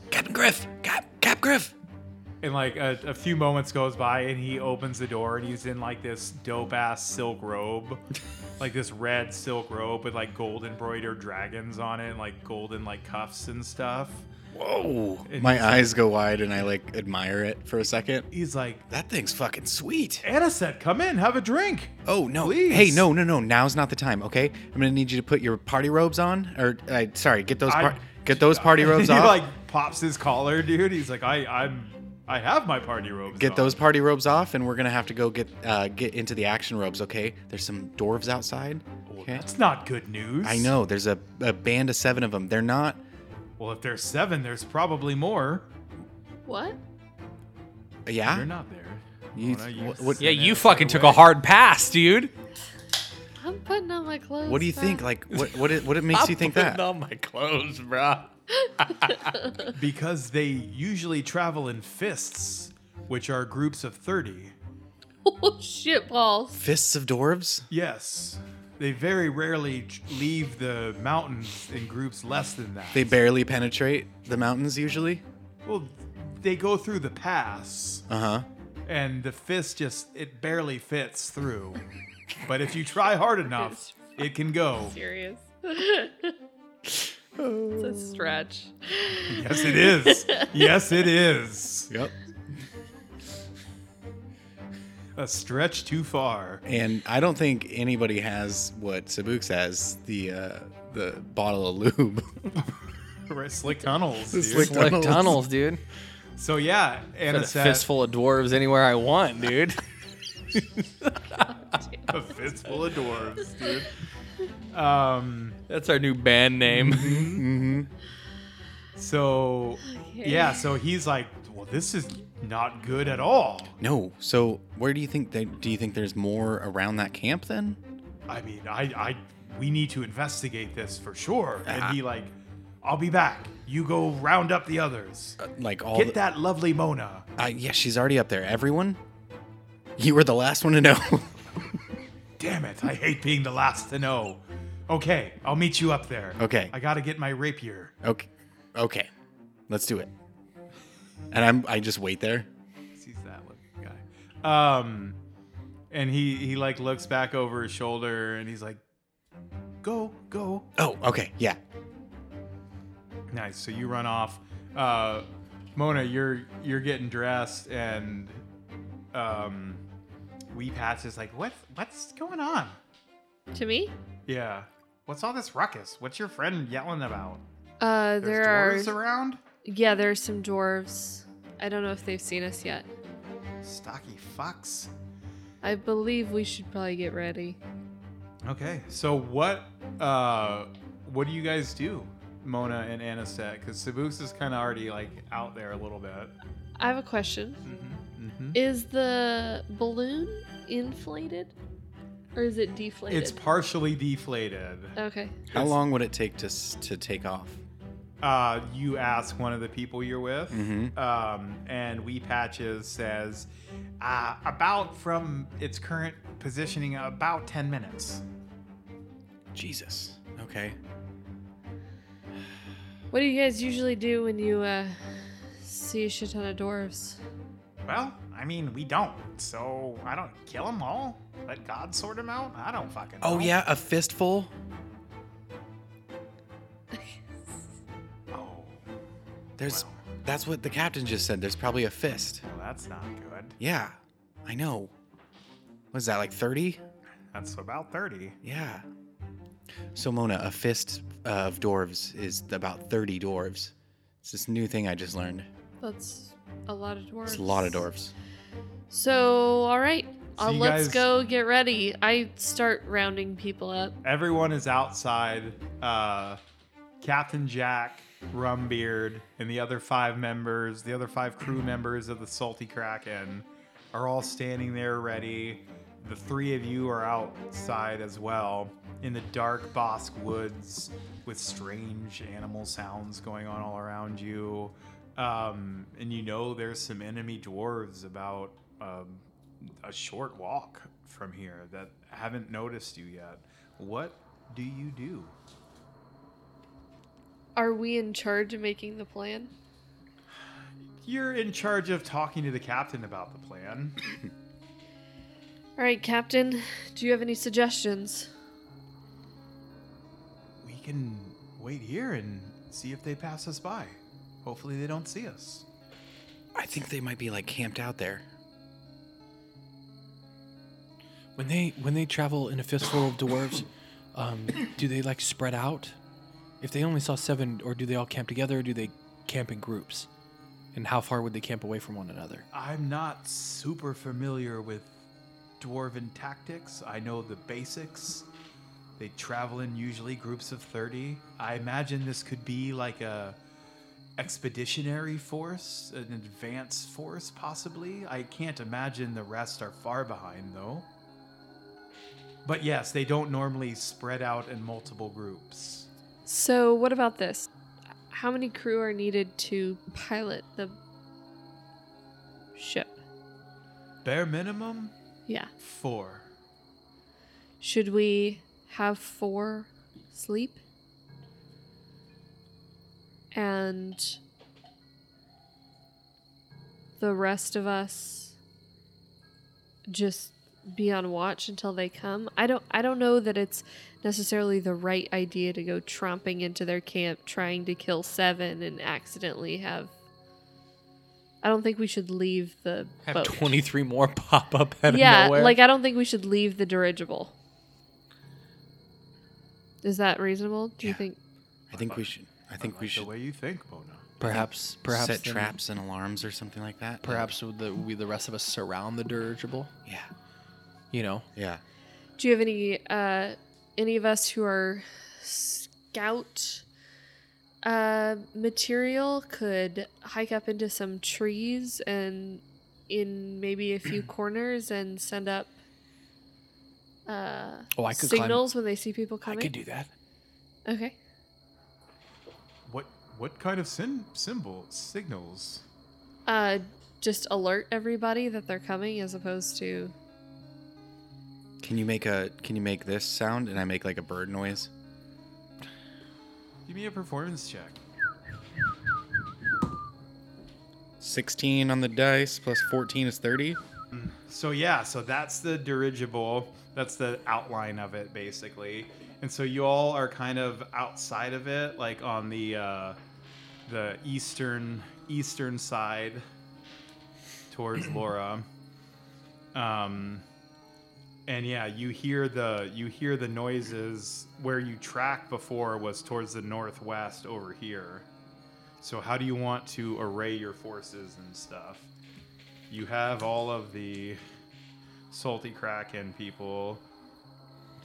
Speaker 8: Captain Griff, Cap, Cap Griff.
Speaker 5: and like a, a few moments goes by, and he opens the door, and he's in like this dope ass silk robe, like this red silk robe with like gold embroidered dragons on it, and like golden like cuffs and stuff.
Speaker 4: Whoa!
Speaker 5: And
Speaker 4: My
Speaker 5: he's
Speaker 4: eyes go wide and I like admire it for a second.
Speaker 5: He's like,
Speaker 4: That thing's fucking sweet.
Speaker 5: Anna said, "Come in, have a drink."
Speaker 4: Oh no!
Speaker 5: Please.
Speaker 4: Hey, no, no, no! Now's not the time. Okay, I'm gonna need you to put your party robes on, or uh, sorry, get those
Speaker 5: I-
Speaker 4: par- get those party robes
Speaker 5: he
Speaker 4: off.
Speaker 5: like pops his collar, dude. He's like, I, I'm, I have my party robes.
Speaker 4: get
Speaker 5: on."
Speaker 4: those party robes off, and we're gonna have to go get uh, get into the action robes. Okay, there's some dwarves outside.
Speaker 5: Well,
Speaker 4: Okay,
Speaker 5: That's not good news.
Speaker 4: I know. There's a, a band of seven of them. They're not.
Speaker 5: Well, if there's seven, there's probably more.
Speaker 6: what?
Speaker 4: Yeah.
Speaker 5: You're not there.
Speaker 4: You-
Speaker 5: Mona, you
Speaker 4: what- what-
Speaker 5: said
Speaker 8: Yeah,
Speaker 5: that
Speaker 8: you
Speaker 5: straight
Speaker 8: fucking took
Speaker 5: away.
Speaker 8: a hard pass, dude.
Speaker 6: I'm putting on my clothes.
Speaker 4: What do you think?
Speaker 6: back.
Speaker 4: Like, what what it, what it makes you think that?
Speaker 8: on my clothes, bruh.
Speaker 5: Because they usually travel in fists, which are groups of 30.
Speaker 6: oh shit balls.
Speaker 4: Fists of dwarves.
Speaker 5: Yes. They very rarely j- leave the mountains in groups less than that.
Speaker 4: They barely penetrate the mountains usually.
Speaker 5: well, they go through the pass,
Speaker 4: Uh huh.
Speaker 5: and the fist just, it barely fits through. but if you try hard enough, it can go.
Speaker 6: Serious. it's a stretch.
Speaker 5: Yes, it is. Yes, it is.
Speaker 4: Yep.
Speaker 5: A stretch too far.
Speaker 4: And I don't think anybody has what Sabuks has the uh, the bottle of lube.
Speaker 5: Right, Slick tunnels.
Speaker 4: The
Speaker 5: dude.
Speaker 4: slick
Speaker 8: Like
Speaker 4: tunnels.
Speaker 8: tunnels, dude.
Speaker 5: So yeah,
Speaker 8: Put
Speaker 5: Anna
Speaker 8: a
Speaker 5: said
Speaker 8: fistful of dwarves anywhere I want, dude.
Speaker 5: a fistful of dwarves, dude. Um,
Speaker 8: That's our new band name.
Speaker 5: so yeah, so he's like, well, this is not good at all.
Speaker 4: No. So where do you think they do you think there's more around that camp then?
Speaker 5: I mean, I, I, we need to investigate this for sure. And he like, I'll be back. You go round up the others.
Speaker 4: Like all
Speaker 5: Get
Speaker 4: the-
Speaker 5: that lovely Mona.
Speaker 4: Uh, yeah, she's already up there. Everyone? You were the last one to know.
Speaker 5: Damn it! I hate being the last to know. Okay, I'll meet you up there.
Speaker 4: Okay.
Speaker 5: I gotta get my rapier.
Speaker 4: okay. Okay. Let's do it. And I'm I just wait there.
Speaker 5: He's that looking guy. Um, and he he like looks back over his shoulder and he's like, "Go, go!"
Speaker 4: Oh, okay. Yeah.
Speaker 5: Nice. So you run off. Uh, Mona, you're you're getting dressed, and um, Wee Pat's is like, "What what's going on?"
Speaker 2: To me?
Speaker 5: Yeah. What's all this ruckus? What's your friend yelling about?
Speaker 2: Uh,
Speaker 5: There's
Speaker 2: there are.
Speaker 5: dwarves around.
Speaker 2: Yeah, there's some dwarves. I don't know if they've seen us yet.
Speaker 5: Stocky fucks.
Speaker 2: I believe we should probably get ready.
Speaker 5: Okay. So what uh what do you guys do? Mona and Anisette, because Sabuks is kind of already like out there a little bit.
Speaker 2: I have a question.
Speaker 5: Mm-hmm.
Speaker 6: Is the balloon inflated or is it deflated?
Speaker 5: It's partially deflated.
Speaker 2: Okay.
Speaker 4: How long would it take to s- to take off?
Speaker 5: Uh, you ask one of the people you're with,
Speaker 4: Mhm.
Speaker 5: um, and Wee Patches says, uh, about from its current positioning, about 10 minutes.
Speaker 4: Jesus. Okay.
Speaker 2: What do you guys usually do when you uh, see a shit ton of dwarves?
Speaker 5: Well, I mean, we don't, so I don't kill them all. Let God sort them out. I don't fucking
Speaker 4: Oh
Speaker 5: know.
Speaker 4: yeah, a fistful?
Speaker 5: Oh,
Speaker 4: There's
Speaker 5: Wow.
Speaker 4: That's what the captain just said. There's probably a fist.
Speaker 5: well, that's not good.
Speaker 4: Yeah. I know. Was that like 30?
Speaker 5: That's about 30.
Speaker 4: Yeah. So Mona, a fist of dwarves is about 30 dwarves. It's this new thing I just learned.
Speaker 2: That's a lot of dwarves.
Speaker 4: It's a lot of dwarves.
Speaker 2: So, all right.
Speaker 5: So
Speaker 2: uh,
Speaker 5: you
Speaker 2: let's
Speaker 5: guys-
Speaker 2: go get ready. I start rounding people up.
Speaker 5: Everyone is outside. Uh, Captain Jack, Rumbeard, and the other five members, the other five crew members of the Salty Kraken, are all standing there ready. The three of you are outside as well in the dark Bosque woods with strange animal sounds going on all around you. Um, and you know there's some enemy dwarves about um, a short walk from here that haven't noticed you yet. What do you do?
Speaker 2: Are we in charge of making the plan?
Speaker 5: You're in charge of talking to the captain about the plan.
Speaker 2: All right, Captain, do you have any suggestions?
Speaker 5: We can wait here and see if they pass us by. Hopefully, they don't see us.
Speaker 4: I think they might be like camped out there.
Speaker 8: When they when they travel in a fistful of dwarves, um, do they like spread out? If they only saw seven, or do they all camp together, or do they camp in groups? And how far would they camp away from one another?
Speaker 5: I'm not super familiar with dwarven tactics. I know the basics. They travel in usually groups of 30. I imagine this could be like a expeditionary force, an advance force possibly. I can't imagine the rest are far behind though. But yes, they don't normally spread out in multiple groups.
Speaker 2: So, what about this? How many crew are needed to pilot the ship?
Speaker 5: Bare minimum,
Speaker 2: Yeah.
Speaker 5: four.
Speaker 2: Should we have four sleep? And the rest of us just be on watch until they come. I don't I don't know that it's necessarily the right idea to go tromping into their camp trying to kill 7 and accidentally have I don't think we should leave the
Speaker 8: Have
Speaker 2: boat.
Speaker 8: twenty three more pop up out of
Speaker 2: yeah,
Speaker 8: nowhere.
Speaker 2: like I don't think we should leave the dirigible. Is that reasonable? Do you
Speaker 4: Yeah.
Speaker 2: think?
Speaker 4: I think we should. I think we should
Speaker 5: The way you think, Bona.
Speaker 8: perhaps perhaps
Speaker 4: set
Speaker 8: then-
Speaker 4: traps and alarms or something like that.
Speaker 8: Perhaps would the, we the rest of us surround the dirigible.
Speaker 4: Yeah.
Speaker 8: You know,
Speaker 4: Yeah.
Speaker 2: Do you have any uh, any of us who are scout uh, material could hike up into some trees and in maybe a few corners and send up uh,
Speaker 8: Oh, I could climb-
Speaker 2: signals when they see people
Speaker 8: I
Speaker 2: coming?
Speaker 8: could do that.
Speaker 2: Okay.
Speaker 5: What what kind of sin symbol signals?
Speaker 2: Uh, just alert everybody that they're coming as opposed to
Speaker 4: Can you make a Can you make this sound and I make like a bird noise?
Speaker 5: Give me a performance check.
Speaker 4: Sixteen on the dice plus fourteen is thirty.
Speaker 5: So yeah, so that's the dirigible. That's the outline of it basically. And so you all are kind of outside of it, like on the uh, the eastern eastern side towards Laura. Um, and yeah, you hear the you hear the noises where you tracked before was towards the northwest over here. So how do you want to array your forces and stuff? You have all of the salty kraken people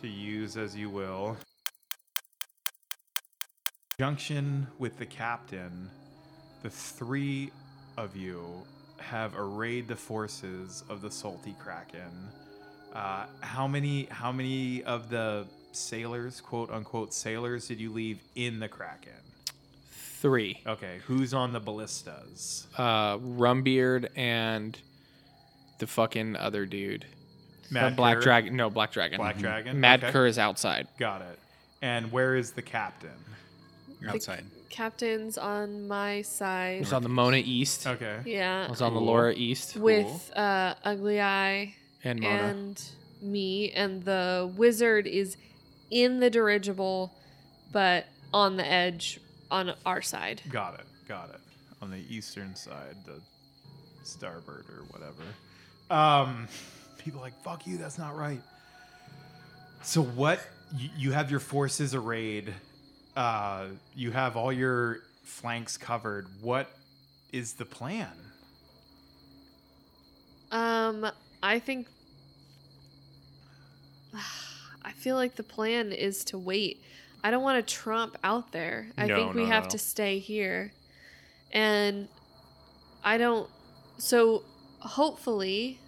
Speaker 5: to use as you will. Junction with the captain, the three of you have arrayed the forces of the salty kraken. Uh, how many? How many of the sailors, quote unquote sailors, did you leave in the kraken?
Speaker 8: Three.
Speaker 5: Okay, who's on the ballistas?
Speaker 8: Uh, Rumbeard and the fucking other dude.
Speaker 5: Mad
Speaker 8: Uh, Black
Speaker 5: Kerr?
Speaker 8: Dragon. No, Black Dragon.
Speaker 5: Black
Speaker 3: Mm-hmm.
Speaker 5: Dragon?
Speaker 8: Mad
Speaker 5: Okay.
Speaker 8: Kerr is outside.
Speaker 5: Got it. And where is the captain?
Speaker 4: You're outside.
Speaker 2: captains on my side.
Speaker 8: It's on the Mona East.
Speaker 5: Okay.
Speaker 2: Yeah.
Speaker 8: It's on the Laura East.
Speaker 2: With uh, Ugly Eye
Speaker 8: and Mona.
Speaker 2: and me, and the wizard is in the dirigible, but on the edge on our side.
Speaker 5: Got it. Got it. On the eastern side, the starboard or whatever. Um, people are like, fuck you, that's not right. So, what? You, you have your forces arrayed, uh, you have all your flanks covered. What is the plan?
Speaker 2: Um, I think. I feel like the plan is to wait. I don't want to tromp out there. I
Speaker 5: No,
Speaker 2: think we
Speaker 5: no,
Speaker 2: have
Speaker 5: no.
Speaker 2: to stay here. And I don't. So hopefully,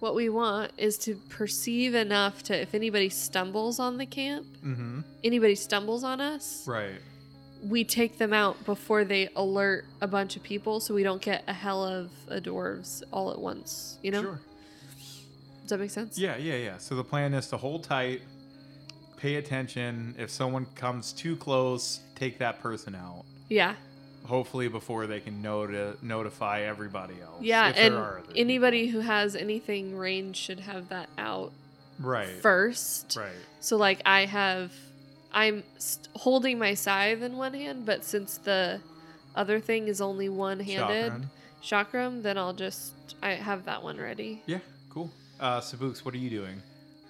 Speaker 2: what we want is to perceive enough to, if anybody stumbles on the camp,
Speaker 5: Mm hmm.
Speaker 2: anybody stumbles on us,
Speaker 5: Right.
Speaker 2: we take them out before they alert a bunch of people so we don't get a hell of a dwarves all at once, you know?
Speaker 5: Sure.
Speaker 2: Does that make sense?
Speaker 5: Yeah, yeah, yeah. So the plan is to hold tight, pay attention. If someone comes too close, take that person out.
Speaker 2: Yeah.
Speaker 5: Hopefully before they can noti- notify everybody else.
Speaker 2: Yeah,
Speaker 5: if there
Speaker 2: and
Speaker 5: are other
Speaker 2: anybody who has anything range should have that out
Speaker 5: people. right,
Speaker 2: first.
Speaker 5: right,
Speaker 2: So like I have I'm st- holding my scythe in one hand, but since the other thing is only one-handed
Speaker 5: Chakran.
Speaker 2: chakram, then I'll just I have that one ready.
Speaker 5: Yeah, cool. Uh, Sabuks, what are you doing?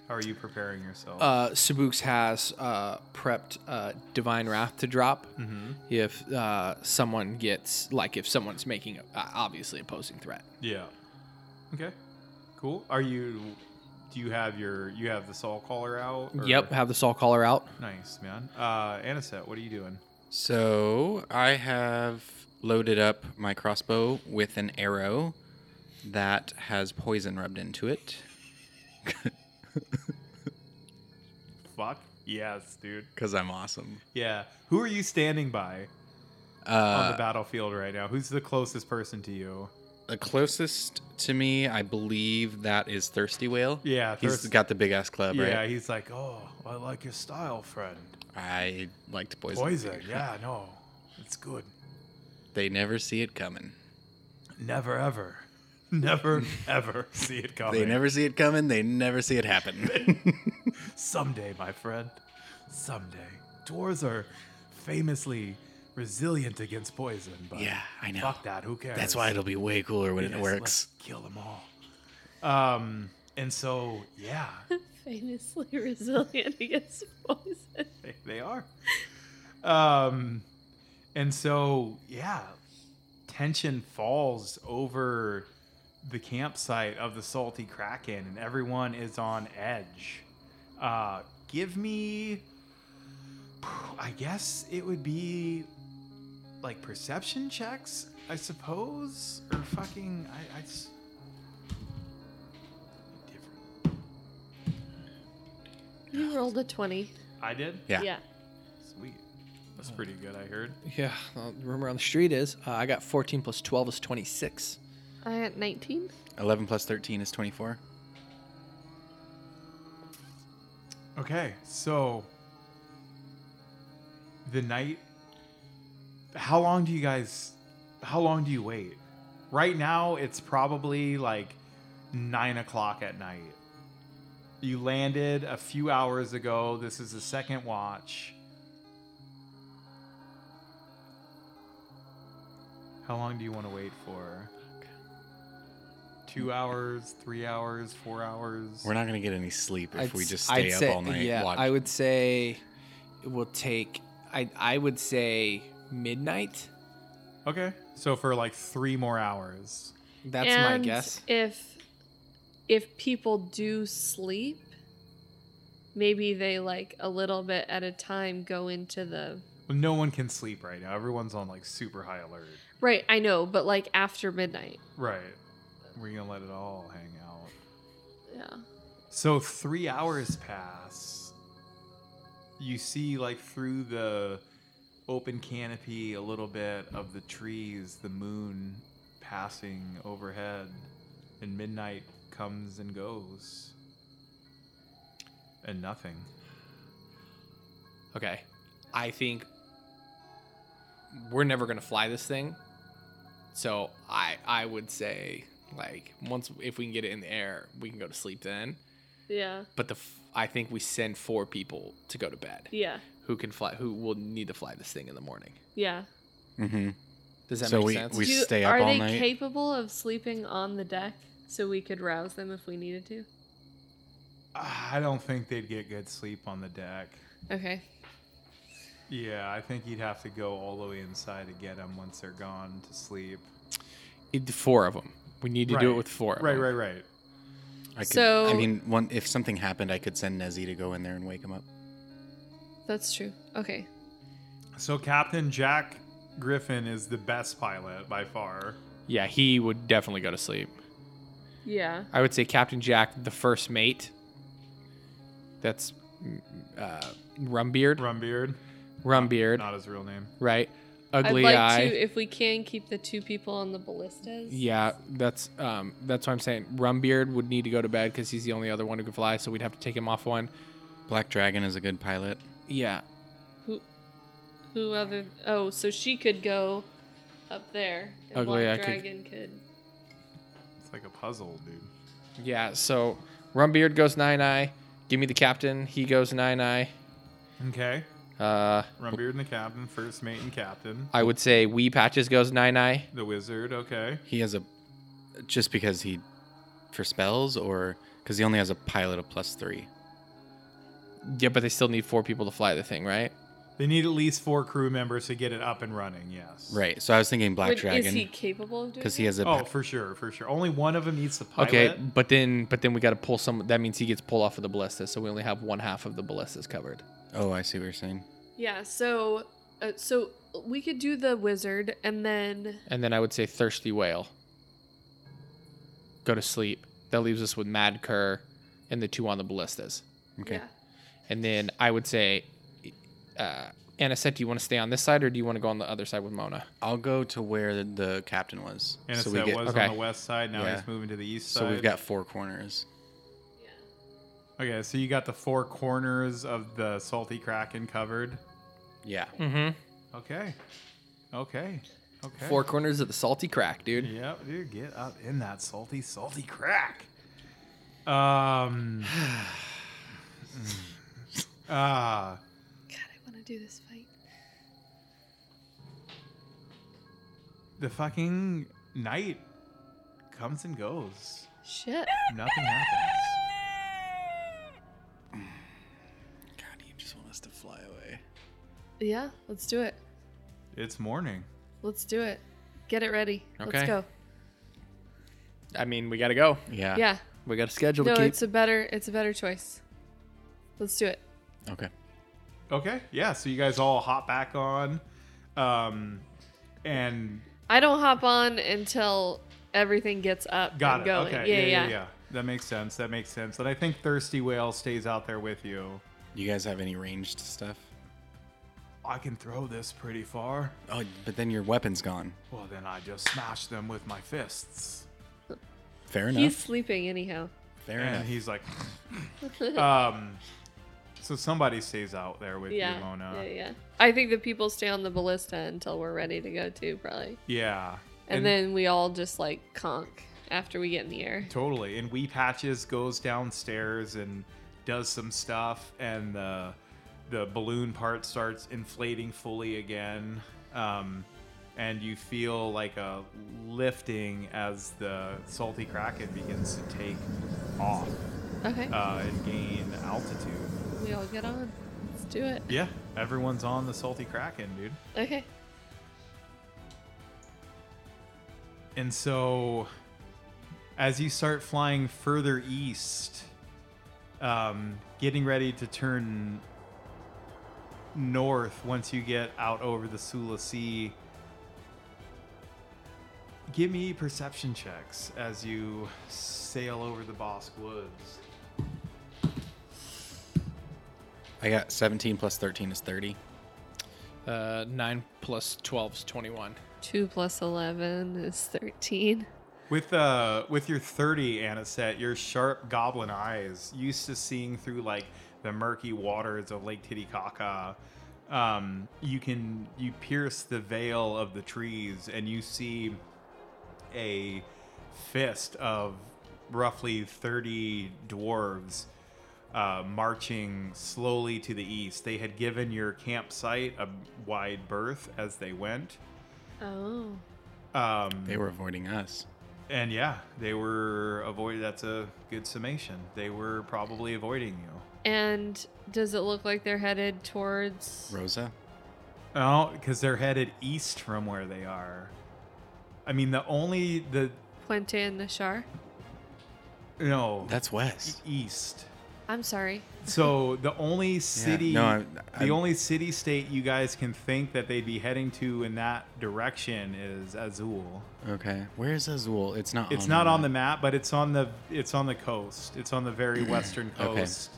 Speaker 5: How are you preparing yourself?
Speaker 3: uh, Sabuks has uh, prepped uh, Divine Wrath to drop
Speaker 5: Mm-hmm.
Speaker 3: if uh, someone gets, like, if someone's making, a, uh, obviously, a posing threat.
Speaker 5: yeah. Okay. Cool. Are you? Do you have your? You have the soul caller out? or-
Speaker 3: Yep, have the Soul Caller out.
Speaker 5: Nice man. Uh, Aniset, what are you doing?
Speaker 4: So I have loaded up my crossbow with an arrow that has poison rubbed into it.
Speaker 5: Fuck yes, dude.
Speaker 4: Because I'm awesome.
Speaker 5: Yeah. Who are you standing by on
Speaker 4: Uh,
Speaker 5: the battlefield right now? Who's the closest person to you?
Speaker 4: the closest to me, I believe that is Thirsty Whale.
Speaker 5: Yeah,
Speaker 4: he's
Speaker 5: Thirst-
Speaker 4: got the big ass club,
Speaker 5: Yeah,
Speaker 4: right?
Speaker 5: he's like, oh, I like your style, friend.
Speaker 4: I like to poison.
Speaker 5: Poison. Yeah, no, it's good.
Speaker 4: They never see it coming.
Speaker 5: Never ever, never ever see it coming.
Speaker 4: They never see it coming. They never see it happen.
Speaker 5: Someday, my friend. Someday. Dwarves are famously resilient against poison, but
Speaker 4: yeah, I know.
Speaker 5: fuck that. Who cares?
Speaker 4: That's why it'll be way cooler when it
Speaker 5: Yes,
Speaker 4: works.
Speaker 5: Let's kill them all. Um, and so yeah,
Speaker 6: Famously resilient against poison.
Speaker 5: they, they are. Um, and so yeah, tension falls over the campsite of the salty kraken, and everyone is on edge. Uh, give me, I guess it would be like perception checks, I suppose, or fucking I, I s- different.
Speaker 2: You rolled a 20.
Speaker 5: I did.
Speaker 4: Yeah.
Speaker 5: Sweet. That's pretty good. I heard.
Speaker 3: Yeah, well, the rumor on the street is uh, I got 14 plus 12 is 26.
Speaker 2: I had 19.
Speaker 4: 11 plus 13 is 24.
Speaker 5: Okay, so the night. How long do you guys? How long do you wait? Right now, it's probably like nine o'clock at night. You landed a few hours ago. This is the second watch. How long do you want to wait for? Two hours, three hours, four hours.
Speaker 4: We're not going to get any sleep if
Speaker 3: I'd
Speaker 4: we
Speaker 3: s-
Speaker 4: just
Speaker 3: I'd
Speaker 4: stay up
Speaker 3: say-
Speaker 4: all night.
Speaker 3: Yeah,
Speaker 4: watch-
Speaker 3: I would say it will take. I I would say midnight.
Speaker 5: Okay. So for like three more hours.
Speaker 3: That's my
Speaker 2: and
Speaker 3: guess.
Speaker 2: If if people do sleep, maybe they like a little bit at a time go into the
Speaker 5: No one can sleep right now. Everyone's on like super high alert.
Speaker 2: Right, I know, but like after midnight.
Speaker 5: Right. We're gonna let it all hang out.
Speaker 2: Yeah.
Speaker 5: So three hours pass. You see, like through the open canopy, a little bit of the trees, the moon passing overhead, and midnight comes and goes, and nothing.
Speaker 3: Okay. I think we're never gonna fly this thing. So I I would say like once if we can get it in the air, we can go to sleep then.
Speaker 6: Yeah.
Speaker 3: But the f- I think we send four people to go to bed
Speaker 6: Yeah.
Speaker 3: who can fly who will need to fly this thing in the morning.
Speaker 6: Yeah.
Speaker 4: Mhm.
Speaker 3: Does that
Speaker 4: So
Speaker 3: make
Speaker 4: we-
Speaker 3: sense?
Speaker 4: we- stay up
Speaker 6: are
Speaker 4: all
Speaker 6: they
Speaker 4: night?
Speaker 6: capable of sleeping on the deck so we could rouse them if we needed to?
Speaker 5: I don't think they'd get good sleep on the deck.
Speaker 2: Okay.
Speaker 5: Yeah, I think you'd have to go all the way inside to get them once they're gone to sleep.
Speaker 3: It- four of them. We need to do it
Speaker 5: Right.
Speaker 3: with four. Of
Speaker 5: Right,
Speaker 3: 'em.
Speaker 5: right, right.
Speaker 4: I could, I
Speaker 2: So-
Speaker 4: mean, one if something happened, I could send Nezzy to go in there and wake him up.
Speaker 2: That's true. Okay.
Speaker 5: So Captain Jack Griffin is the best pilot by far.
Speaker 3: Yeah, he would definitely go to sleep.
Speaker 6: Yeah.
Speaker 3: I would say Captain Jack, the first mate. That's uh, Rumbeard.
Speaker 5: Rumbeard.
Speaker 3: Rumbeard,
Speaker 5: Not his real name.
Speaker 3: right?
Speaker 2: I'd
Speaker 3: Ugly
Speaker 2: like
Speaker 3: Eye.
Speaker 2: to, if we can, keep the two people on the ballistas.
Speaker 3: Yeah, that's um, that's what I'm saying. Rumbeard would need to go to bed because he's the only other one who can fly, so we'd have to take him off one.
Speaker 4: Black Dragon is a good pilot.
Speaker 3: Yeah,
Speaker 2: Who, who other? Oh, so she could go up there. And
Speaker 3: Ugly
Speaker 2: Black
Speaker 3: Eye could-
Speaker 2: Dragon could.
Speaker 5: It's like a puzzle, dude.
Speaker 3: yeah. So Rumbeard goes nine eye. Give me the captain. He goes nine eye.
Speaker 5: Okay.
Speaker 3: Uh,
Speaker 5: Rumbeard and the captain, first mate and captain,
Speaker 3: I would say Wee Patches goes nine eye.
Speaker 5: the wizard. Okay.
Speaker 4: He has a just because he for spells or because he only has a pilot of plus three.
Speaker 3: Yeah, but they still need four people to fly the thing, right?
Speaker 5: They need at least four crew members to get it up and running. Yes.
Speaker 4: Right. So I was thinking Black
Speaker 2: Would- Is he
Speaker 4: Dragon
Speaker 2: capable of doing?
Speaker 4: because he
Speaker 2: that?
Speaker 4: has a
Speaker 5: Oh, for sure, for sure. Only one of them needs the pilot.
Speaker 3: Okay, but then but then we got to pull some. That means he gets pulled off of the ballista, so we only have one half of the ballistas covered.
Speaker 4: oh I see what you're saying.
Speaker 2: Yeah. So, uh, so we could do the wizard, and then
Speaker 3: And then I would say Thirsty Whale. Go to sleep. That leaves us with Mad Kerr and the two on the ballistas.
Speaker 4: Okay.
Speaker 2: yeah.
Speaker 3: And then I would say, uh, Anisette, do you want to stay on this side or do you want to go on the other side with Mona?
Speaker 4: I'll go to where the, the captain was.
Speaker 5: And
Speaker 4: so
Speaker 5: so
Speaker 4: we get
Speaker 5: was
Speaker 3: okay.
Speaker 5: on the west side. Now
Speaker 4: Yeah.
Speaker 5: he's moving to the east side.
Speaker 4: so we've got four corners.
Speaker 5: Okay, so you got the four corners of the salty kraken covered.
Speaker 4: Yeah.
Speaker 5: Okay. Okay. Okay.
Speaker 3: Four corners of the salty crack, dude.
Speaker 5: Yep, dude, get up in that salty, salty crack. Um. Ah.
Speaker 2: God, I want to do this fight.
Speaker 5: the fucking night comes and goes.
Speaker 2: Shit.
Speaker 5: Nothing happens.
Speaker 4: God, you just want us to fly away.
Speaker 2: Yeah. Let's do it.
Speaker 5: It's morning.
Speaker 2: Let's do it. Get it ready.
Speaker 3: Okay.
Speaker 2: Let's go.
Speaker 3: I mean, we got to go.
Speaker 4: Yeah.
Speaker 2: Yeah.
Speaker 3: We got a schedule
Speaker 2: No,
Speaker 3: to keep.
Speaker 2: it's a better. It's a better choice. Let's do it.
Speaker 4: Okay.
Speaker 5: Okay, yeah. So you guys all hop back on, um, and
Speaker 2: I don't hop on until everything gets up
Speaker 5: got
Speaker 2: and
Speaker 5: it.
Speaker 2: going.
Speaker 5: Okay,
Speaker 2: Yeah, yeah,
Speaker 5: That makes sense. That makes sense. And I think Thirsty Whale stays out there with you.
Speaker 4: You guys have any ranged stuff?
Speaker 5: I can throw this pretty far.
Speaker 4: Oh, but then your weapon's gone.
Speaker 5: Well, then I just smash them with my fists.
Speaker 4: Fair enough.
Speaker 2: He's sleeping anyhow.
Speaker 4: Fair
Speaker 5: and
Speaker 4: enough.
Speaker 5: he's like, um, so somebody stays out there with
Speaker 2: Yeah.
Speaker 5: you, Mona.
Speaker 2: Yeah, yeah. I think the people stay on the ballista until we're ready to go too, probably.
Speaker 5: Yeah.
Speaker 2: And, then we all just like conk after we get in the air.
Speaker 5: Totally. And Wee Patches goes downstairs and does some stuff, and the the balloon part starts inflating fully again. Um, and you feel like a lifting as the salty kraken begins to take off
Speaker 2: Okay.
Speaker 5: uh, and gain altitude.
Speaker 2: we all get on. Let's do it.
Speaker 5: Yeah, everyone's on the salty kraken, dude.
Speaker 2: Okay.
Speaker 5: And so, as you start flying further east, um, getting ready to turn north once you get out over the Sula Sea, give me perception checks as you sail over the Bosque Woods.
Speaker 4: I got 17 plus 13 is 30.
Speaker 3: uh, 9 plus 12 is 21.
Speaker 2: Two plus eleven is thirteen.
Speaker 5: With uh, with your thirty Anisette, your sharp goblin eyes, used to seeing through like the murky waters of Lake Titicaca, um, you can you pierce the veil of the trees and you see a fist of roughly thirty dwarves uh, marching slowly to the east. They had given your campsite a wide berth as they went.
Speaker 2: Oh.
Speaker 5: Um,
Speaker 4: They were avoiding us.
Speaker 5: and yeah, they were avoid. That's a good summation. They were probably avoiding you.
Speaker 2: And does it look like they're headed towards
Speaker 4: Rosa?
Speaker 5: Oh, because they're headed east from where they are. I mean, the only the
Speaker 2: Puente and Nashar?
Speaker 5: no
Speaker 4: That's Wes.
Speaker 5: east.
Speaker 2: I'm sorry.
Speaker 5: So the only city,
Speaker 4: no, I'm-
Speaker 5: the
Speaker 4: I'm-
Speaker 5: only city state you guys can think that they'd be heading to in that direction is Azul.
Speaker 4: Okay. Where is Azul? It's not
Speaker 5: It's not on the map, but it's on the it's on the coast. It's on the very western
Speaker 4: Okay.
Speaker 5: coast,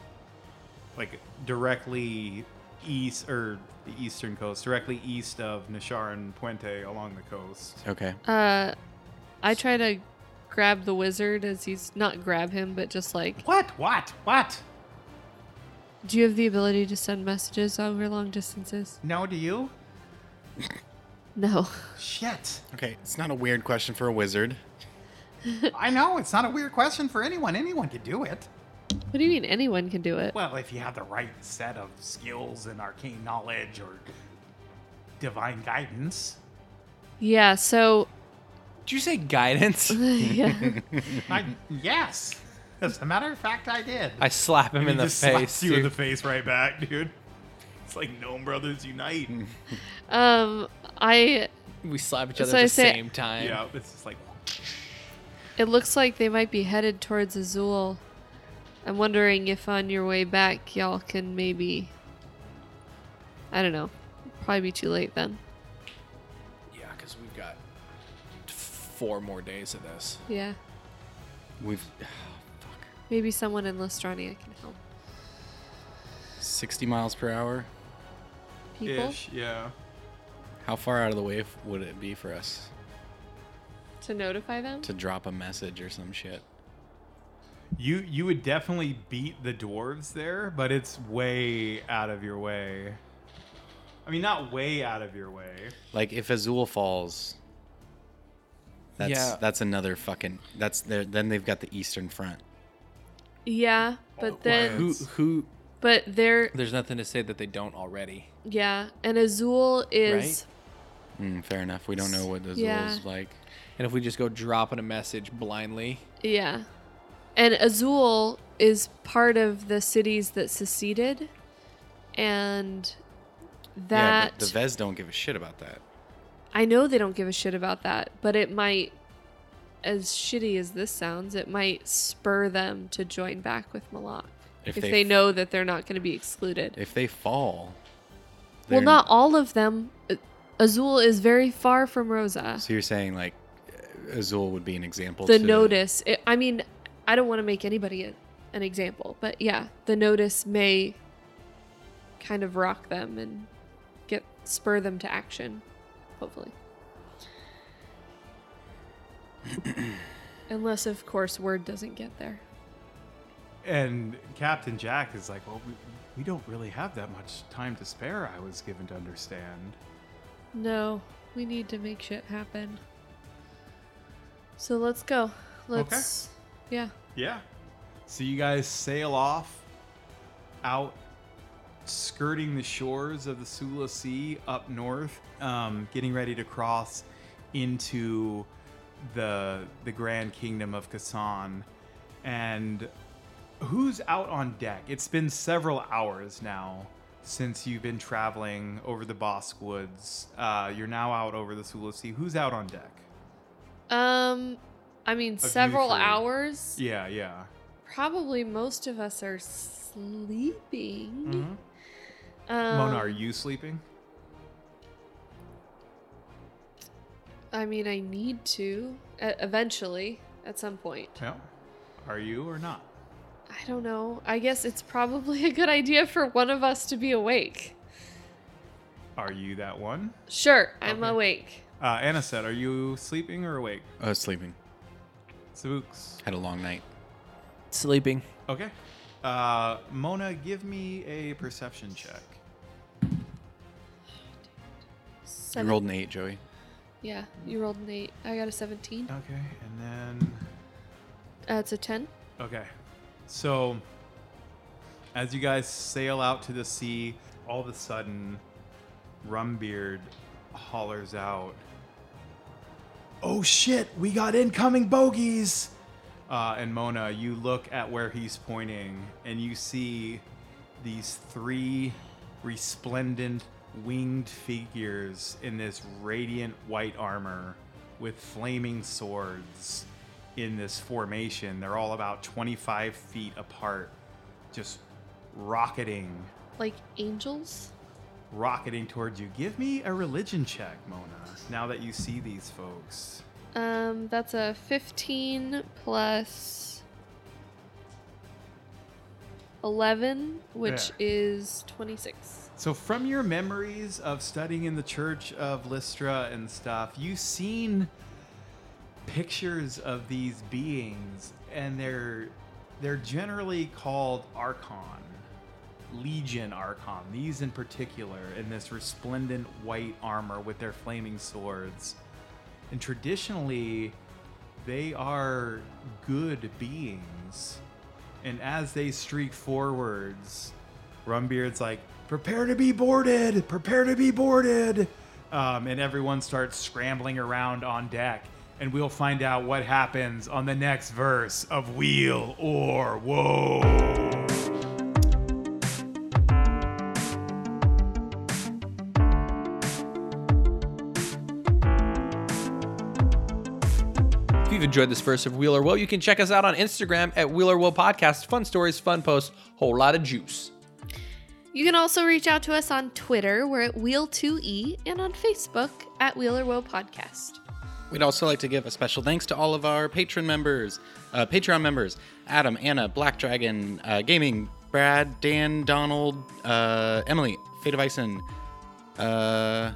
Speaker 5: like directly east or the eastern coast, directly east of Nishar and Puente along the coast.
Speaker 4: Okay.
Speaker 2: Uh, I try to grab the wizard as he's not grab him, but just like,
Speaker 5: What? What? What?
Speaker 2: do you have the ability to send messages over long distances?
Speaker 5: No, do you?
Speaker 2: No.
Speaker 5: Shit.
Speaker 4: Okay. It's not a weird question for a wizard.
Speaker 5: I know it's not a weird question for anyone. Anyone could do it.
Speaker 2: What do you mean anyone can do it?
Speaker 5: Well, if you have the right set of skills and arcane knowledge or divine guidance.
Speaker 2: Yeah, so
Speaker 3: Did you say guidance?
Speaker 2: yeah.
Speaker 5: I, yes. As a matter of fact, I did.
Speaker 3: I slap him in the face.
Speaker 5: you in
Speaker 3: dude.
Speaker 5: the face right back, dude. It's like Gnome Brothers Unite.
Speaker 3: Mm-hmm.
Speaker 2: Um I
Speaker 3: we slap each other
Speaker 2: So
Speaker 3: at
Speaker 2: I
Speaker 3: the
Speaker 2: say-
Speaker 3: same time.
Speaker 5: yeah, it's just like
Speaker 2: it looks like they might be headed towards Azul. I'm wondering if on your way back y'all can maybe I don't know. Probably be too late then.
Speaker 3: Yeah, because we've got four more days of this.
Speaker 2: Yeah.
Speaker 4: We've
Speaker 2: Maybe someone in Lestrania can help.
Speaker 4: 60 miles per hour.
Speaker 2: People
Speaker 5: ish, yeah.
Speaker 4: How far out of the way f- would it be for us
Speaker 2: to notify them?
Speaker 4: to drop a message or some shit?
Speaker 5: You you would definitely beat the dwarves there, but it's way out of your way. I mean, not way out of your way.
Speaker 4: Like if Azul falls, that's
Speaker 3: Yeah.
Speaker 4: that's another fucking that's there. Then they've got the Eastern Front.
Speaker 2: Yeah, but then
Speaker 3: Who? Who?
Speaker 2: but they're
Speaker 3: There's nothing to say that they don't already.
Speaker 2: yeah, and Azul is
Speaker 4: Mm, fair enough. We don't know what Azul's
Speaker 2: Yeah.
Speaker 4: like.
Speaker 3: And if we just go dropping a message blindly,
Speaker 2: Yeah. And Azul is part of the cities that seceded. And
Speaker 4: yeah,
Speaker 2: that
Speaker 4: but the Vez don't give a shit about that.
Speaker 2: I know they don't give a shit about that, but it might as shitty as this sounds, it might spur them to join back with Malak if, they,
Speaker 4: f-
Speaker 2: know that they're not going to be excluded.
Speaker 4: if they
Speaker 2: well,
Speaker 4: fall, they're-
Speaker 2: not all of them. Uh, Azul is very far from Rosa.
Speaker 4: So you're saying like Azul would be an example.
Speaker 2: the
Speaker 4: to-
Speaker 2: notice it, i mean i don't want to make anybody a- an example but yeah the notice may kind of rock them and get spur them to action hopefully unless of course word doesn't get there
Speaker 5: And Captain Jack is like, well, we, we don't really have that much time to spare. I was given to understand.
Speaker 2: no we need to make shit happen so let's go let's yeah
Speaker 5: Yeah. So you guys sail off out, skirting the shores of the Sula Sea up north, um, getting ready to cross into the the Grand Kingdom of Kassan. And who's out on deck? It's been several hours now since you've been traveling over the Bosque Woods. Uh, you're now out over the Sula Sea. Who's out on deck?
Speaker 2: um i mean
Speaker 5: you
Speaker 2: several
Speaker 5: three.
Speaker 2: hours
Speaker 5: Yeah, yeah.
Speaker 2: Probably most of us are sleeping.
Speaker 5: Mhm.
Speaker 2: Um,
Speaker 5: Mona, are you sleeping?
Speaker 2: I mean, I need to uh, eventually at some point.
Speaker 5: Yeah. Are you or not?
Speaker 2: I don't know. I guess it's probably a good idea for one of us to be awake.
Speaker 5: Are you that one?
Speaker 2: Sure, I'm
Speaker 5: Okay.
Speaker 2: awake.
Speaker 5: Uh, Anna said, are you sleeping or awake?
Speaker 4: I was sleeping.
Speaker 5: Sabooks.
Speaker 4: Had a long night.
Speaker 3: sleeping.
Speaker 5: Okay. Uh, Mona, give me a perception check.
Speaker 2: Seven-
Speaker 4: You rolled an eight, Joey.
Speaker 2: Yeah, you rolled an eight. I got a 17.
Speaker 5: Okay. And then.
Speaker 2: Uh, it's a 10.
Speaker 5: Okay. So, as you guys sail out to the sea, all of a sudden, Rumbeard hollers out, Oh shit, we got incoming bogeys! Uh, and Mona, you look at where he's pointing, and you see these three resplendent winged figures in this radiant white armor with flaming swords in this formation. They're all about 25 feet apart, just rocketing,
Speaker 2: Like angels?
Speaker 5: rocketing towards you. Give me a religion check, Mona, now that you see these folks.
Speaker 2: Um, that's a 15 plus 11, which
Speaker 5: Yeah.
Speaker 2: is 26.
Speaker 5: So, from your memories of studying in the church of Lystra and stuff, you've seen pictures of these beings, and they're they're generally called Archon, Legion Archon. These in particular, in this resplendent white armor with their flaming swords, and traditionally, they are good beings. And as they streak forwards, Rumbeard's like, prepare to be boarded, prepare to be boarded. Um, and everyone starts scrambling around on deck. And we'll find out what happens on the next verse of Wheel or Whoa.
Speaker 3: If you've enjoyed this verse of Wheeler Woe, you can check us out on Instagram at Wheeler Woe Podcast. Fun stories, fun posts, whole lot of juice.
Speaker 6: You can also reach out to us on Twitter. We're at Wheel2E and on Facebook at Wheeler Woe Podcast.
Speaker 4: We'd also like to give a special thanks to all of our patron members, uh, Patreon members: Adam, Anna, Black Dragon, uh, Gaming, Brad, Dan, Donald, uh, Emily, Fate of Ison, uh,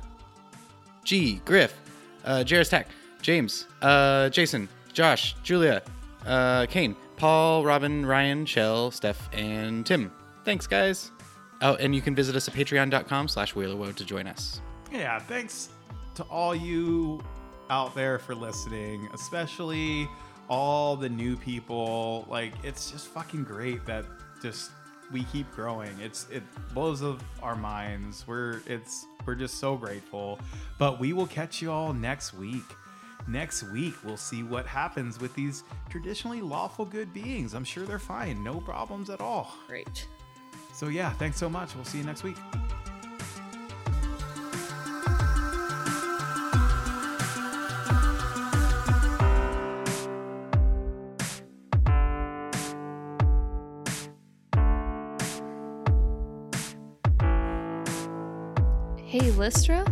Speaker 4: G, Griff, uh, Jairus Tack, James, uh, Jason, Josh, Julia, uh, Kane, Paul, Robin, Ryan, Shell, Steph, and Tim. Thanks, guys. Oh, and you can visit us at patreon.com slash wheelerwoe to join us.
Speaker 5: Yeah, thanks to all you out there for listening, especially all the new people. Like, it's just fucking great that just we keep growing. It's it blows of our minds. We're it's we're just so grateful. But we will catch you all next week. Next week we'll see what happens with these traditionally lawful good beings. I'm sure they're fine, no problems at all.
Speaker 6: Great.
Speaker 5: So yeah, thanks so much. We'll see you next week.
Speaker 6: Hey, Lystra,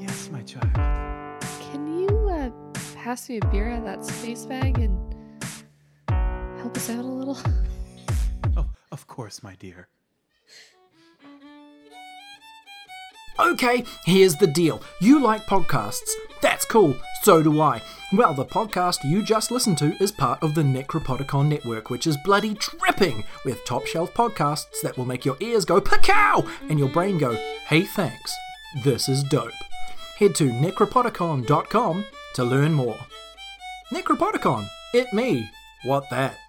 Speaker 5: Yes, my child.
Speaker 6: can you uh, pass me a beer out of that space bag and help us out a little?
Speaker 5: Oh, of course, my dear.
Speaker 9: Okay, here's the deal. You like podcasts. That's cool. So do I. Well, the podcast you just listened to is part of the Necropodicon Network, which is bloody dripping with top shelf podcasts that will make your ears go pacow and your brain go, hey, thanks. This is dope. Head to necropodicon.com to learn more. Necropodicon, it me. What that?